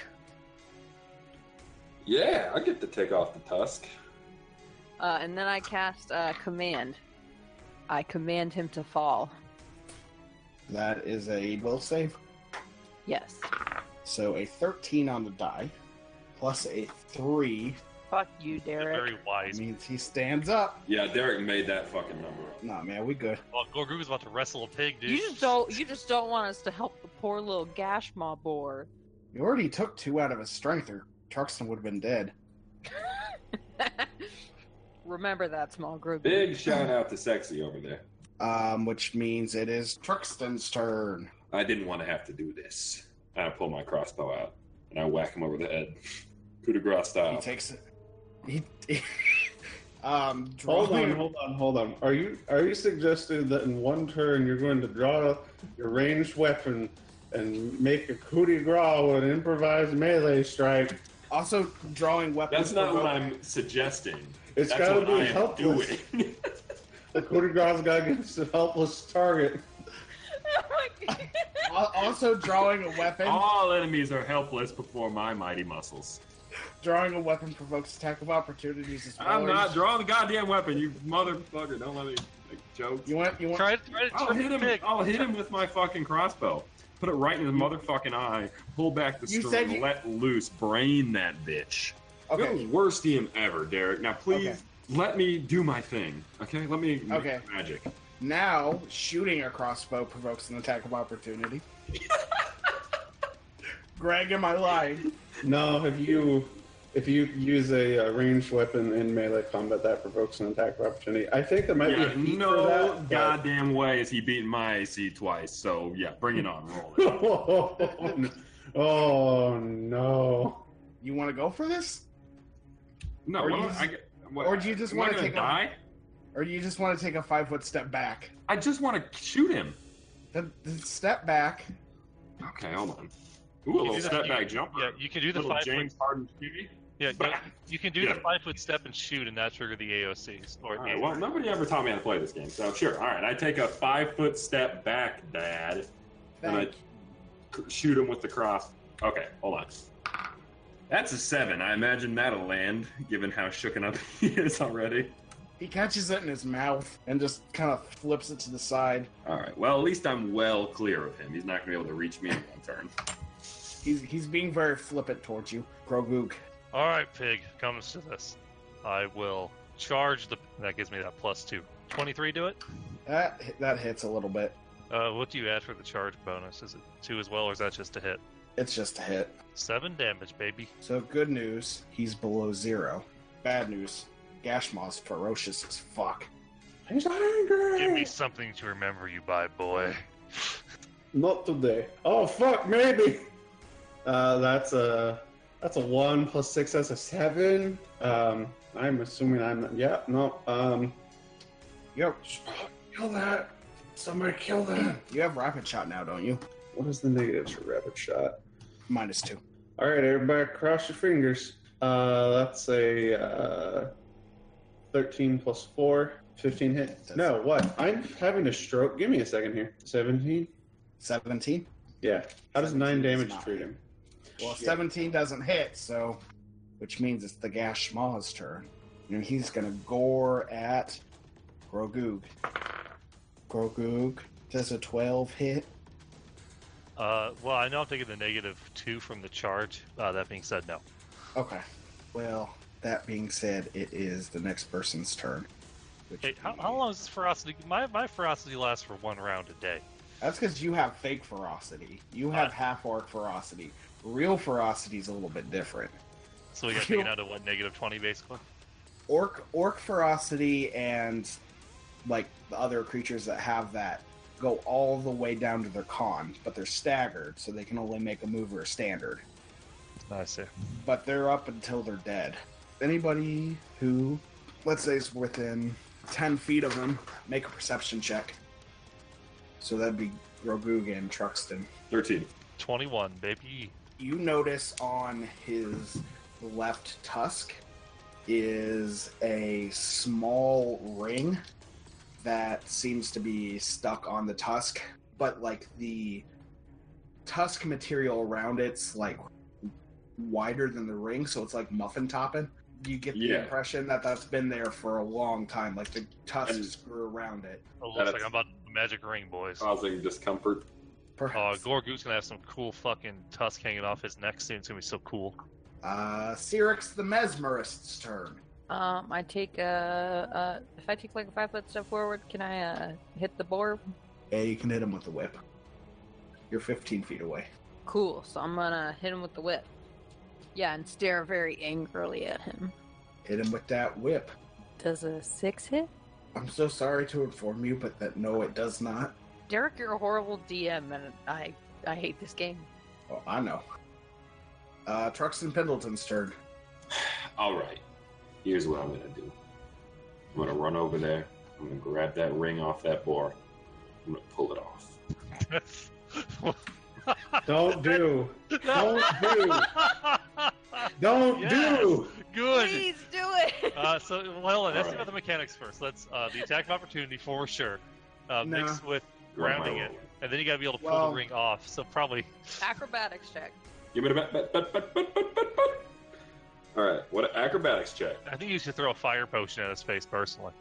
Speaker 5: Yeah, I get to take off the tusk.
Speaker 4: Uh, and then I cast uh, command. I command him to fall.
Speaker 2: That is a will save.
Speaker 4: Yes.
Speaker 2: So a 13 on the die, plus a 3
Speaker 4: Fuck you, Derek.
Speaker 8: Very wise.
Speaker 2: means he stands up.
Speaker 5: Yeah, Derek made that fucking number.
Speaker 2: Nah, man, we good.
Speaker 8: Well, Gorgoog is about to wrestle a pig, dude.
Speaker 4: You just don't. You just don't want us to help the poor little Gashma boar.
Speaker 2: You already took two out of his strength, or Truxton would have been dead.
Speaker 4: Remember that small group.
Speaker 5: Big shout out to Sexy over there.
Speaker 2: Um, which means it is Truxton's turn.
Speaker 5: I didn't want to have to do this. And I pull my crossbow out and I whack him over the head. Coup de grace
Speaker 2: He
Speaker 5: style.
Speaker 2: takes it. He. um,
Speaker 9: Hold on,
Speaker 2: drawing-
Speaker 9: hold on, hold on. Are you are you suggesting that in one turn you're going to draw your ranged weapon and make a coup de grace with an improvised melee strike?
Speaker 2: Also, drawing weapons.
Speaker 5: That's not what
Speaker 2: provoke-
Speaker 5: I'm suggesting.
Speaker 9: It's
Speaker 5: That's
Speaker 9: gotta
Speaker 5: what
Speaker 9: be
Speaker 5: I am
Speaker 9: helpless.
Speaker 5: doing.
Speaker 9: The coup de grace guy gets a helpless target.
Speaker 4: Oh
Speaker 2: Al- Also, drawing a weapon.
Speaker 5: All enemies are helpless before my mighty muscles.
Speaker 2: Drawing a weapon provokes attack of opportunities as well.
Speaker 5: I'm
Speaker 2: Are
Speaker 5: not
Speaker 2: you-
Speaker 5: drawing the goddamn weapon, you motherfucker. Don't let me make jokes.
Speaker 2: You want? You want?
Speaker 8: Try, try to
Speaker 5: I'll
Speaker 8: turn
Speaker 5: hit
Speaker 8: the
Speaker 5: him.
Speaker 8: pig.
Speaker 5: I'll hit him with my fucking crossbow. Put it right in his motherfucking eye. Pull back the
Speaker 2: You
Speaker 5: string.
Speaker 2: said you-
Speaker 5: Let loose. Brain that bitch. That was
Speaker 2: Okay.
Speaker 5: worst DM ever, Derek. Now please
Speaker 2: Okay.
Speaker 5: let me do my thing. Okay, let me make
Speaker 2: Okay.
Speaker 5: magic.
Speaker 2: Now, shooting a crossbow provokes an attack of opportunity. Greg, am I lying?
Speaker 9: No, if you if you use a uh, ranged weapon in melee combat, that provokes an attack of opportunity. I think there might
Speaker 5: Yeah,
Speaker 9: be a heat for
Speaker 5: no
Speaker 9: that, but-
Speaker 5: goddamn way is he beating my AC twice. So yeah, bring it on. Roll it.
Speaker 9: oh no!
Speaker 2: You want to go for this,
Speaker 5: No,
Speaker 2: Or
Speaker 5: what
Speaker 2: you
Speaker 5: am I-
Speaker 2: just-
Speaker 5: I get- what-
Speaker 2: or do you just
Speaker 5: am I
Speaker 2: wanna
Speaker 5: gonna
Speaker 2: take a-
Speaker 5: die?
Speaker 2: or you just want to take a five foot step back?
Speaker 5: I just want to shoot him.
Speaker 2: The, the step back.
Speaker 5: Okay, hold on. Ooh, a
Speaker 8: You
Speaker 5: little
Speaker 8: do the-
Speaker 5: step
Speaker 8: you-
Speaker 5: back jumper.
Speaker 8: Yeah, you can do the
Speaker 5: little
Speaker 8: five
Speaker 5: James
Speaker 8: foot.
Speaker 5: Harden shooting.
Speaker 8: Yeah, you,
Speaker 5: Bah.
Speaker 8: you can do
Speaker 5: Yeah.
Speaker 8: the five foot step and shoot, and not trigger the AOCs. Or
Speaker 5: All right, well, nobody ever taught me how to play this game, so sure. All right, I take a five foot step back, Dad, and I
Speaker 2: Thank
Speaker 5: c- shoot him with the cross. Okay, hold on. That's a seven. I imagine that'll land, given how shooken up he is already.
Speaker 2: He catches it in his mouth and just kind of flips it to the side.
Speaker 5: All right, well, at least I'm well clear of him. He's not going to be able to reach me in one turn.
Speaker 2: He's he's being very flippant towards you, Grogoog.
Speaker 8: All right, pig comes to this. I will charge the. That gives me that plus two. 23 do it?
Speaker 2: That that hits a little bit.
Speaker 8: Uh, what do you add for the charge bonus? Is it two as well, or is that just a hit?
Speaker 2: It's just a hit.
Speaker 8: Seven damage, baby.
Speaker 2: So good news, he's below zero. Bad news, Gashmaw's ferocious as fuck.
Speaker 9: He's angry.
Speaker 8: Give me something to remember you by, boy.
Speaker 9: Not today. Oh fuck, maybe. Uh, that's a that's a one plus six. That's a seven. Um, I'm assuming I'm not, yeah no. Um,
Speaker 2: Yep.
Speaker 9: kill that. Somebody kill that.
Speaker 2: You have rapid shot now, don't you?
Speaker 9: What is the negatives for rapid shot?
Speaker 2: Minus two.
Speaker 9: All right, everybody, cross your fingers. Uh, that's a uh, 13 plus 4, 15 hit. No, what? I'm having a stroke. Give me a second here. 17?
Speaker 2: Seventeen.
Speaker 9: Yeah. How does
Speaker 2: 17 does
Speaker 9: 9 damage
Speaker 2: not
Speaker 9: treat
Speaker 2: hit.
Speaker 9: him?
Speaker 2: Well,
Speaker 9: Shit.
Speaker 2: seventeen doesn't hit, so which means it's the Gashmaw's turn, and he's gonna gore at Grogoog. Grogoog does a twelve hit.
Speaker 8: Uh, well, I know I'm taking the negative two from the charge. Uh, that being said, no.
Speaker 2: Okay. Well, that being said, it is the next person's turn. which
Speaker 8: Hey, how, how long is this ferocity? My, my ferocity lasts for one round a day.
Speaker 2: That's because you have fake ferocity. You have
Speaker 8: Uh.
Speaker 2: half orc ferocity. Real ferocity is a little bit different.
Speaker 8: So we got taken out of what, negative 20 basically?
Speaker 2: Orc, orc ferocity, and like the other creatures that have that go all the way down to their con, but they're staggered, so they can only make a move or a standard.
Speaker 8: I see.
Speaker 2: But they're up until they're dead. Anybody who, let's say, is within ten feet of them, make a perception check. So that'd be Grogoog and Truxton.
Speaker 5: 13.
Speaker 8: 21, baby.
Speaker 2: you notice on his left tusk is a small ring that seems to be stuck on the tusk, but like the tusk material around it's like wider than the ring, so it's like muffin topping. You get the
Speaker 5: Yeah.
Speaker 2: impression that that's been there for a long time, like the tusks
Speaker 5: And-
Speaker 2: were around it.
Speaker 8: It Oh, looks like
Speaker 5: it's-
Speaker 8: I'm about the magic ring, boys. Uh,
Speaker 5: causing discomfort.
Speaker 2: Perhaps.
Speaker 8: Gorgu's gonna have some cool fucking tusk hanging off his neck soon. It's gonna be so cool.
Speaker 2: Uh, Cyrix the mesmerist's turn.
Speaker 4: Um, I take uh, uh, if I take like a five foot step forward, can I uh hit the board?
Speaker 2: Yeah, you can hit him with the whip. You're 15 feet away.
Speaker 4: Cool. So I'm gonna hit him with the whip. Yeah, and stare very angrily at him.
Speaker 2: Hit him with that whip.
Speaker 4: Does a six hit?
Speaker 2: I'm so sorry to inform you, but that no, it does not.
Speaker 4: Derek, you're a horrible DM, and I I hate this game.
Speaker 2: Oh, I know. Uh, Truxton Pendleton's turn.
Speaker 5: All right. Here's what I'm going to do I'm going to run over there. I'm going to grab that ring off that bar. I'm going to pull it off.
Speaker 8: That's-
Speaker 9: Don't do. Don't do. Don't
Speaker 8: Yes.
Speaker 9: do.
Speaker 8: Good.
Speaker 4: Please do it.
Speaker 8: Uh, so, well, let's
Speaker 5: All
Speaker 8: think
Speaker 5: right.
Speaker 8: about the mechanics first. Let's uh, the attack of opportunity for sure, uh,
Speaker 2: No.
Speaker 8: mixed with,
Speaker 5: Grab my
Speaker 8: Grounding it.
Speaker 5: ring.
Speaker 8: and then you gotta be able to pull
Speaker 2: Well-
Speaker 8: the ring off. So probably
Speaker 4: Acrobatics check.
Speaker 5: Give me the bet, bet, bet, bet, bet, bet, bet, bet. All right. What acrobatics check?
Speaker 8: I think you should throw a fire potion at his face personally.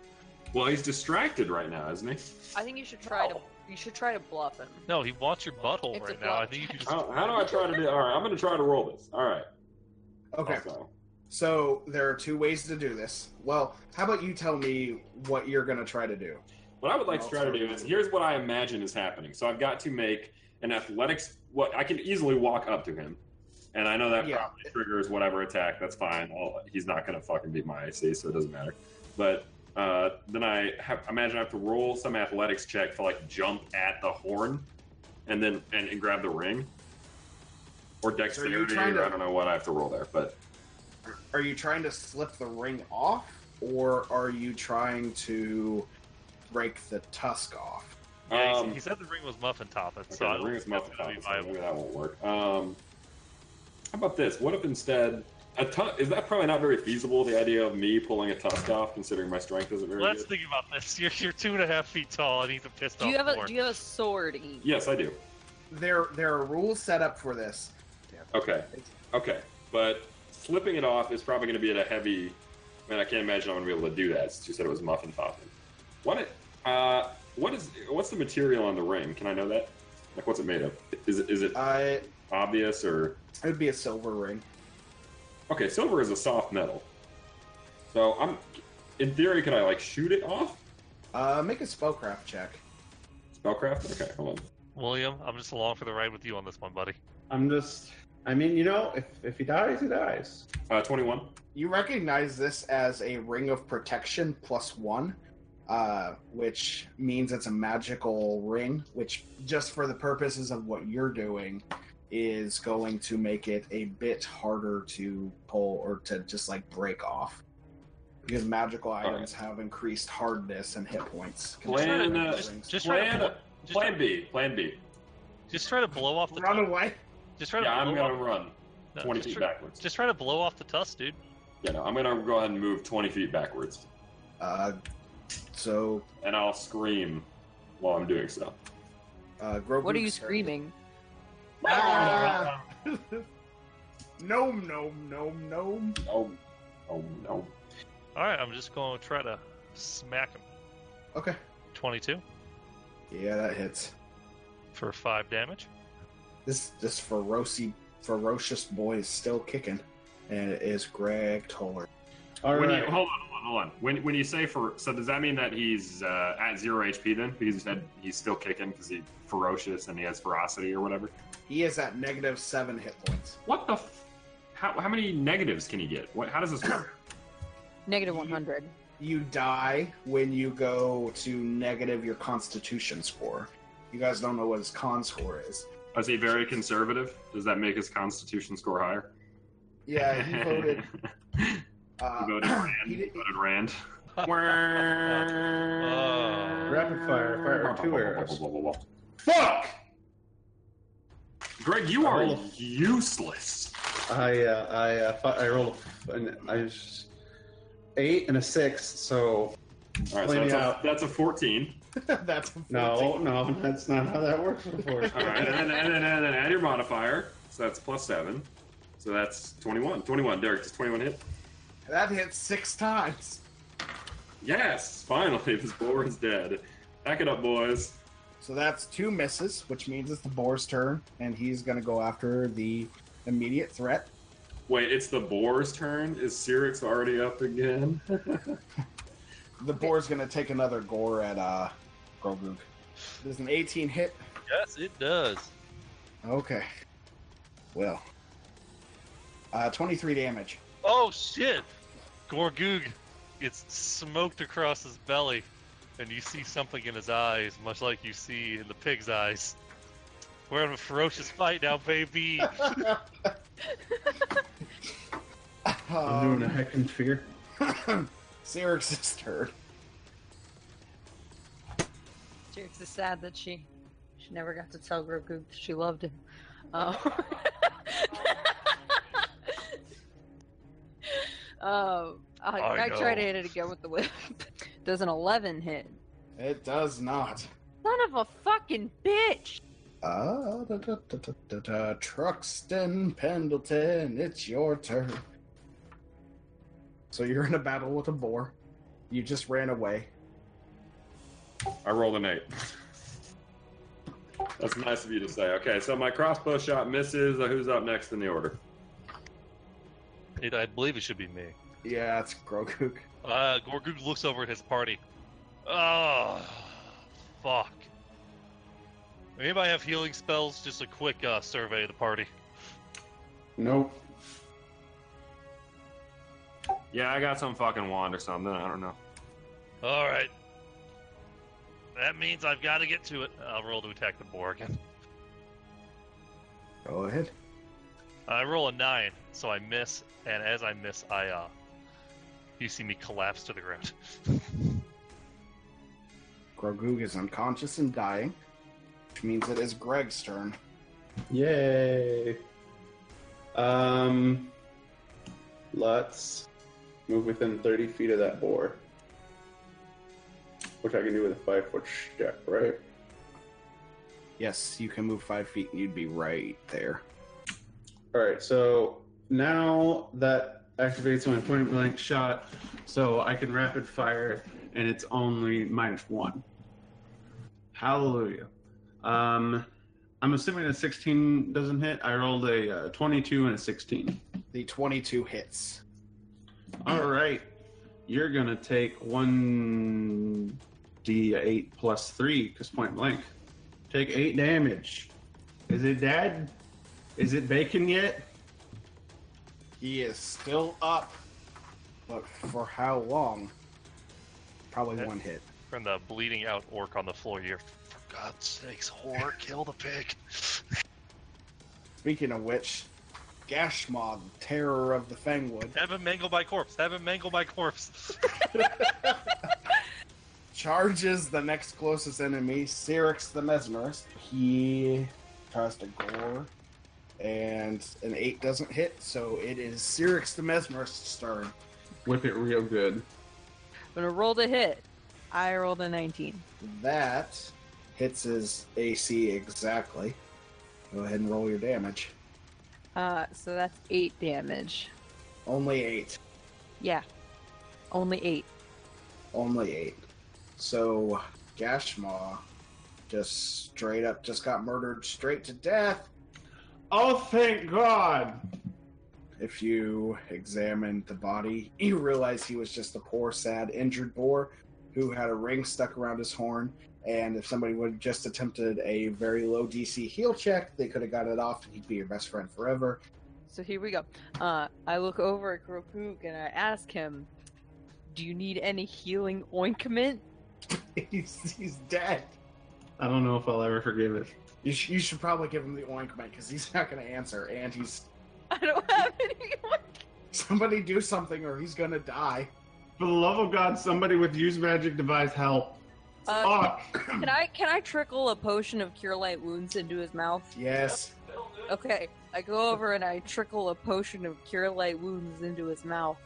Speaker 5: Well, he's distracted right now, isn't he?
Speaker 4: I think you should try to you should try to bluff him.
Speaker 8: No, he wants your butthole
Speaker 4: It's a
Speaker 8: right now. I
Speaker 4: bluff
Speaker 8: think you
Speaker 4: check.
Speaker 8: can just.
Speaker 5: How, how do I try to do? All right, I'm going to try to roll this. All right.
Speaker 2: Okay,
Speaker 5: Also,
Speaker 2: so there are two ways to do this. Well, how about you tell me what you're going to try to do?
Speaker 5: What I would like to try to do is here's what I imagine is happening. So I've got to make an athletics. What I can easily walk up to him, and I know that
Speaker 2: Yeah.
Speaker 5: probably triggers whatever attack. That's fine. I'll, he's not going to fucking beat my AC, so it doesn't matter. But uh, then I have, imagine I have to roll some athletics check to like jump at the horn, and then and, and grab the ring, or dexterity.
Speaker 2: trying to-
Speaker 5: or I don't know what I have to roll there, but
Speaker 2: Are you trying to slip the ring off, or are you trying to break the tusk off?
Speaker 8: Yeah, he-
Speaker 5: um,
Speaker 8: he, said the ring was muffin topped, so I
Speaker 5: Okay,
Speaker 8: don't
Speaker 5: ring
Speaker 8: think
Speaker 5: is muffin
Speaker 8: that's
Speaker 5: top,
Speaker 8: gonna be
Speaker 5: so maybe
Speaker 8: viable.
Speaker 5: that won't work. Um, how about this? What if instead a tu- is that probably not very feasible? The idea of me pulling a tusk off, considering my strength isn't very
Speaker 8: Let's
Speaker 5: good.
Speaker 8: think about this. You're, you're two and a half feet tall, and he's a pissed
Speaker 4: Do
Speaker 8: off
Speaker 4: you have a
Speaker 8: dwarf.
Speaker 4: do you have a swordy?
Speaker 5: yes, I do.
Speaker 2: There, there are rules set up for this.
Speaker 5: Okay, okay, but slipping it off is probably going to be at a heavy. I mean, I can't imagine I'm going to be able to do that. Since you said it was muffin topping. What? It, uh, what is? What's the material on the ring? Can I know that? Like, what's it made of? Is it is it
Speaker 2: Uh, it
Speaker 5: obvious or?
Speaker 2: would be a silver ring.
Speaker 5: Okay, silver is a soft metal. So I'm, in theory, could I like shoot it off?
Speaker 2: Uh, make a spellcraft check.
Speaker 5: Spellcraft. Okay, hold on.
Speaker 8: William, I'm just along for the ride with you on this one, buddy.
Speaker 9: I'm just. I mean, you know, if if he dies, he dies.
Speaker 5: Uh, twenty-one.
Speaker 2: You recognize this as a ring of protection plus one, uh, which means it's a magical ring, which, just for the purposes of what you're doing, is going to make it a bit harder to pull or to just like break off. Because magical items have increased hardness and hit points.
Speaker 5: Plan, uh,
Speaker 2: Rings.
Speaker 8: Just try
Speaker 5: Plan,
Speaker 8: to just,
Speaker 5: plan B. Plan B.
Speaker 8: just try to blow off the.
Speaker 2: Run
Speaker 8: tusk.
Speaker 2: away.
Speaker 8: Just try to
Speaker 5: Yeah, I'm
Speaker 8: blow
Speaker 5: gonna
Speaker 8: off-
Speaker 5: run
Speaker 8: no,
Speaker 5: twenty
Speaker 8: just
Speaker 5: feet
Speaker 8: try-
Speaker 5: backwards.
Speaker 8: Just try to blow off the tusk, dude.
Speaker 5: Yeah, no, I'm gonna go ahead and move twenty feet backwards,
Speaker 2: Uh, so,
Speaker 5: and I'll scream while I'm doing so.
Speaker 2: uh, Grogu.
Speaker 4: What are you screaming?
Speaker 2: Ah! Gnome, gnome, gnome, gnome.
Speaker 5: Oh, oh no.
Speaker 8: All right, I'm just going to try to smack him.
Speaker 2: Okay.
Speaker 8: 22
Speaker 2: Yeah, that hits.
Speaker 8: for five damage.
Speaker 2: This this ferocious ferocious boy is still kicking, and it is Greg Toller.
Speaker 9: All
Speaker 5: When you,
Speaker 9: right.
Speaker 5: hold on, hold on, hold on. When when you say for so, does that mean that he's uh, at zero HP then? Because you said he's still kicking because he's ferocious and he has ferocity or whatever.
Speaker 2: He is at negative seven hit points.
Speaker 5: What the? F- how how many negatives can you get? What? How does this work?
Speaker 4: Negative one hundred.
Speaker 2: You die when you go to negative your Constitution score. You guys don't know what his con score is.
Speaker 5: Is he very conservative? Does that make his constitution score higher?
Speaker 2: Yeah, he voted.
Speaker 5: he
Speaker 2: Uh,
Speaker 5: voted Rand.
Speaker 2: he
Speaker 5: He
Speaker 2: did-
Speaker 5: voted Rand.
Speaker 9: Rapid fire. Fire two arrows.
Speaker 5: Fuck! Greg, you are
Speaker 9: Oh.
Speaker 5: useless.
Speaker 9: I uh, I uh, fi- I rolled a f- an I just eight and a six, so
Speaker 5: All right, so
Speaker 9: Play me
Speaker 5: that's a,
Speaker 9: out.
Speaker 5: that's a 14.
Speaker 8: That's a
Speaker 9: no, no, that's not how that works.
Speaker 5: All right, and then, and, then, and then add your modifier, so that's plus seven. So that's 21. 21, Derek, does 21 hit?
Speaker 2: That hit six times.
Speaker 5: Yes, finally, this boar is dead. Back it up, boys.
Speaker 2: So that's two misses, which means it's the boar's turn, and he's going to go after the immediate threat.
Speaker 5: Wait, it's the boar's turn? Is Cyrix already up again?
Speaker 2: The boar's going to take another gore at uh, Grogu. There's an 18 hit.
Speaker 7: Yes, it does.
Speaker 2: Okay. Well, uh, 23 damage.
Speaker 7: Oh shit! Gorgoog gets smoked across his belly, and you see something in his eyes, much like you see in the pig's eyes. We're in a ferocious fight now, baby.
Speaker 9: I'm
Speaker 2: Um,
Speaker 9: doing a heck and figure.
Speaker 2: Cyrix's turn.
Speaker 4: Jerks is sad that she she never got to tell Grogu that she loved him. Um, um, I,
Speaker 7: I
Speaker 4: I, try to
Speaker 7: know.
Speaker 4: hit it again with the whip. Does an 11 hit?
Speaker 2: It does not.
Speaker 4: Son of a fucking bitch!
Speaker 2: Uh, da, da, da, da, da, da. Truxton Pendleton, it's your turn. So you're in a battle with a boar. You just ran away.
Speaker 5: I rolled an eight. That's nice of you to say. Okay, so my crossbow shot misses. Uh, Who's up next in the order?
Speaker 7: it, I believe it should be me.
Speaker 2: Yeah, it's Grogu.
Speaker 7: Uh, Gorgoog looks over at his party. Oh, fuck. Anybody have healing spells? Just a quick uh, survey of the party.
Speaker 9: Nope.
Speaker 5: Yeah, I got some fucking wand or something. I don't know.
Speaker 7: All right. That means I've got to get to it. I'll roll to attack the boar again.
Speaker 2: Go ahead.
Speaker 7: I roll a nine, so I miss, and as I miss, I uh, you see me collapse to the ground.
Speaker 2: Grogu is unconscious and dying, which means it is Greg's turn.
Speaker 9: Yay. Um, let's move within 30 feet of that boar. Which I can do with a five foot step, right?
Speaker 2: Yes, you can move five feet and you'd be right there.
Speaker 9: All right, so now that activates my point blank shot, so I can rapid fire, and it's only minus one. Hallelujah. Um, I'm assuming a 16 doesn't hit. I rolled a uh, 22 and a 16.
Speaker 2: The 22 hits.
Speaker 9: All right, you're gonna take one d8 plus three because point blank. Take eight damage. Is it dead? Is it bacon yet?
Speaker 2: He is still up, but for how long? Probably
Speaker 7: Yeah.
Speaker 2: one hit.
Speaker 7: From the bleeding out orc on the floor here. For God's sakes, whore, kill the pig.
Speaker 2: Speaking of which, Gashmod, terror of the Fangwood,
Speaker 7: Have him mangle my corpse. Have him mangle my corpse.
Speaker 2: charges the next closest enemy, Cyrix the Mesmerist. He tries to gore, and an 8 doesn't hit, so it is Cyrix the Mesmerist's turn.
Speaker 9: Whip it real good.
Speaker 4: When I rolled a hit, I rolled a 19.
Speaker 2: That hits his AC exactly. Go ahead and roll your damage.
Speaker 4: Uh, so that's 8 damage.
Speaker 2: Only 8.
Speaker 4: Yeah. Only 8.
Speaker 2: Only eight. So Gashmaw just straight up just got murdered straight to death.
Speaker 9: Oh, thank God!
Speaker 2: If you examine the body, you realize he was just a poor, sad, injured boar who had a ring stuck around his horn. And if somebody would have just attempted a very low DC heal check, they could have got it off and he'd be your best friend forever.
Speaker 4: So here we go. Uh, I look over at Grogu and I ask him, Do you need any healing ointment?
Speaker 2: he's, he's dead.
Speaker 9: I don't know if I'll ever forgive it.
Speaker 2: You, sh- you should probably give him the ointment because he's not going to answer. And he's
Speaker 4: I don't have any
Speaker 2: somebody do something or he's going to die.
Speaker 9: For the love of God, somebody with use magic device help.
Speaker 4: Uh,
Speaker 9: Fuck!
Speaker 4: can I can I trickle a potion of cure light wounds into his mouth?
Speaker 2: Yes.
Speaker 4: Okay, I go over and I trickle a potion of cure light wounds into his mouth,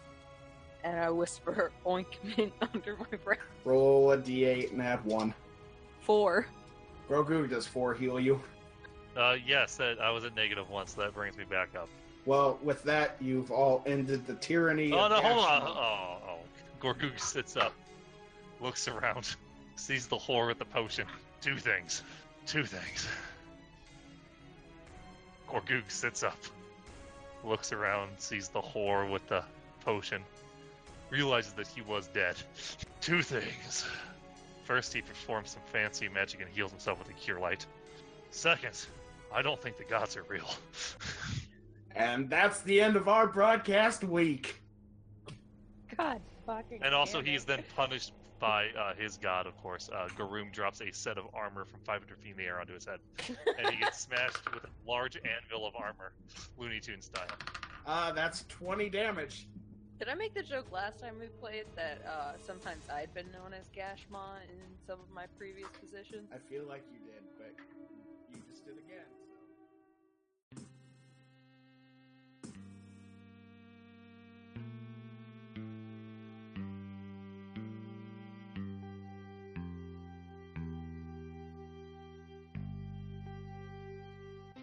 Speaker 4: and I whisper ointment under my breath.
Speaker 8: Roll a d8 and add one.
Speaker 4: Four.
Speaker 8: Grogu does four heal you.
Speaker 7: Uh, yes, that, I was at negative one, so that brings me back up.
Speaker 8: Well, with that, you've all ended the tyranny.
Speaker 7: Oh
Speaker 8: of
Speaker 7: no, hold on.
Speaker 8: Ashmore.
Speaker 7: Oh, oh. Gorgug sits up, looks around, sees the whore with the potion. Two things. Two things. Gorgug sits up, looks around, sees the whore with the potion, realizes that he was dead. Two things. First, he performs some fancy magic and heals himself with a cure light. Second, I don't think the gods are real.
Speaker 8: And that's the end of our broadcast week.
Speaker 4: God fucking.
Speaker 7: And also,
Speaker 4: damn it.
Speaker 7: he's then punished by uh, his god, of course. Uh, Garum drops a set of armor from 500 feet in the air onto his head, and he gets smashed with a large anvil of armor, Looney Tune style.
Speaker 8: Uh, that's 20 damage.
Speaker 4: Did I make the joke last time we played that uh, sometimes I'd been known as Gashma in some of my previous positions?
Speaker 8: I feel like you did, but you just did again. So.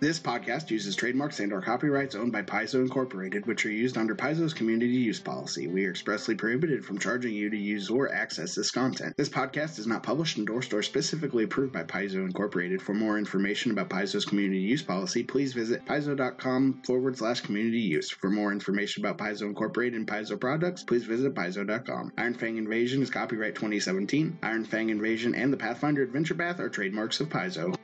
Speaker 8: This podcast uses trademarks and or copyrights owned by Paizo Incorporated, which are used under Paizo's community use policy. We are expressly prohibited from charging you to use or access this content. This podcast is not published, endorsed, or specifically approved by Paizo Incorporated. For more information about Paizo's community use policy, please visit paizo.com forward slash community use. For more information about Paizo Incorporated and Paizo products, please visit paizo.com. Iron Fang Invasion is copyright 2017. Iron Fang Invasion and the Pathfinder Adventure Path are trademarks of Paizo.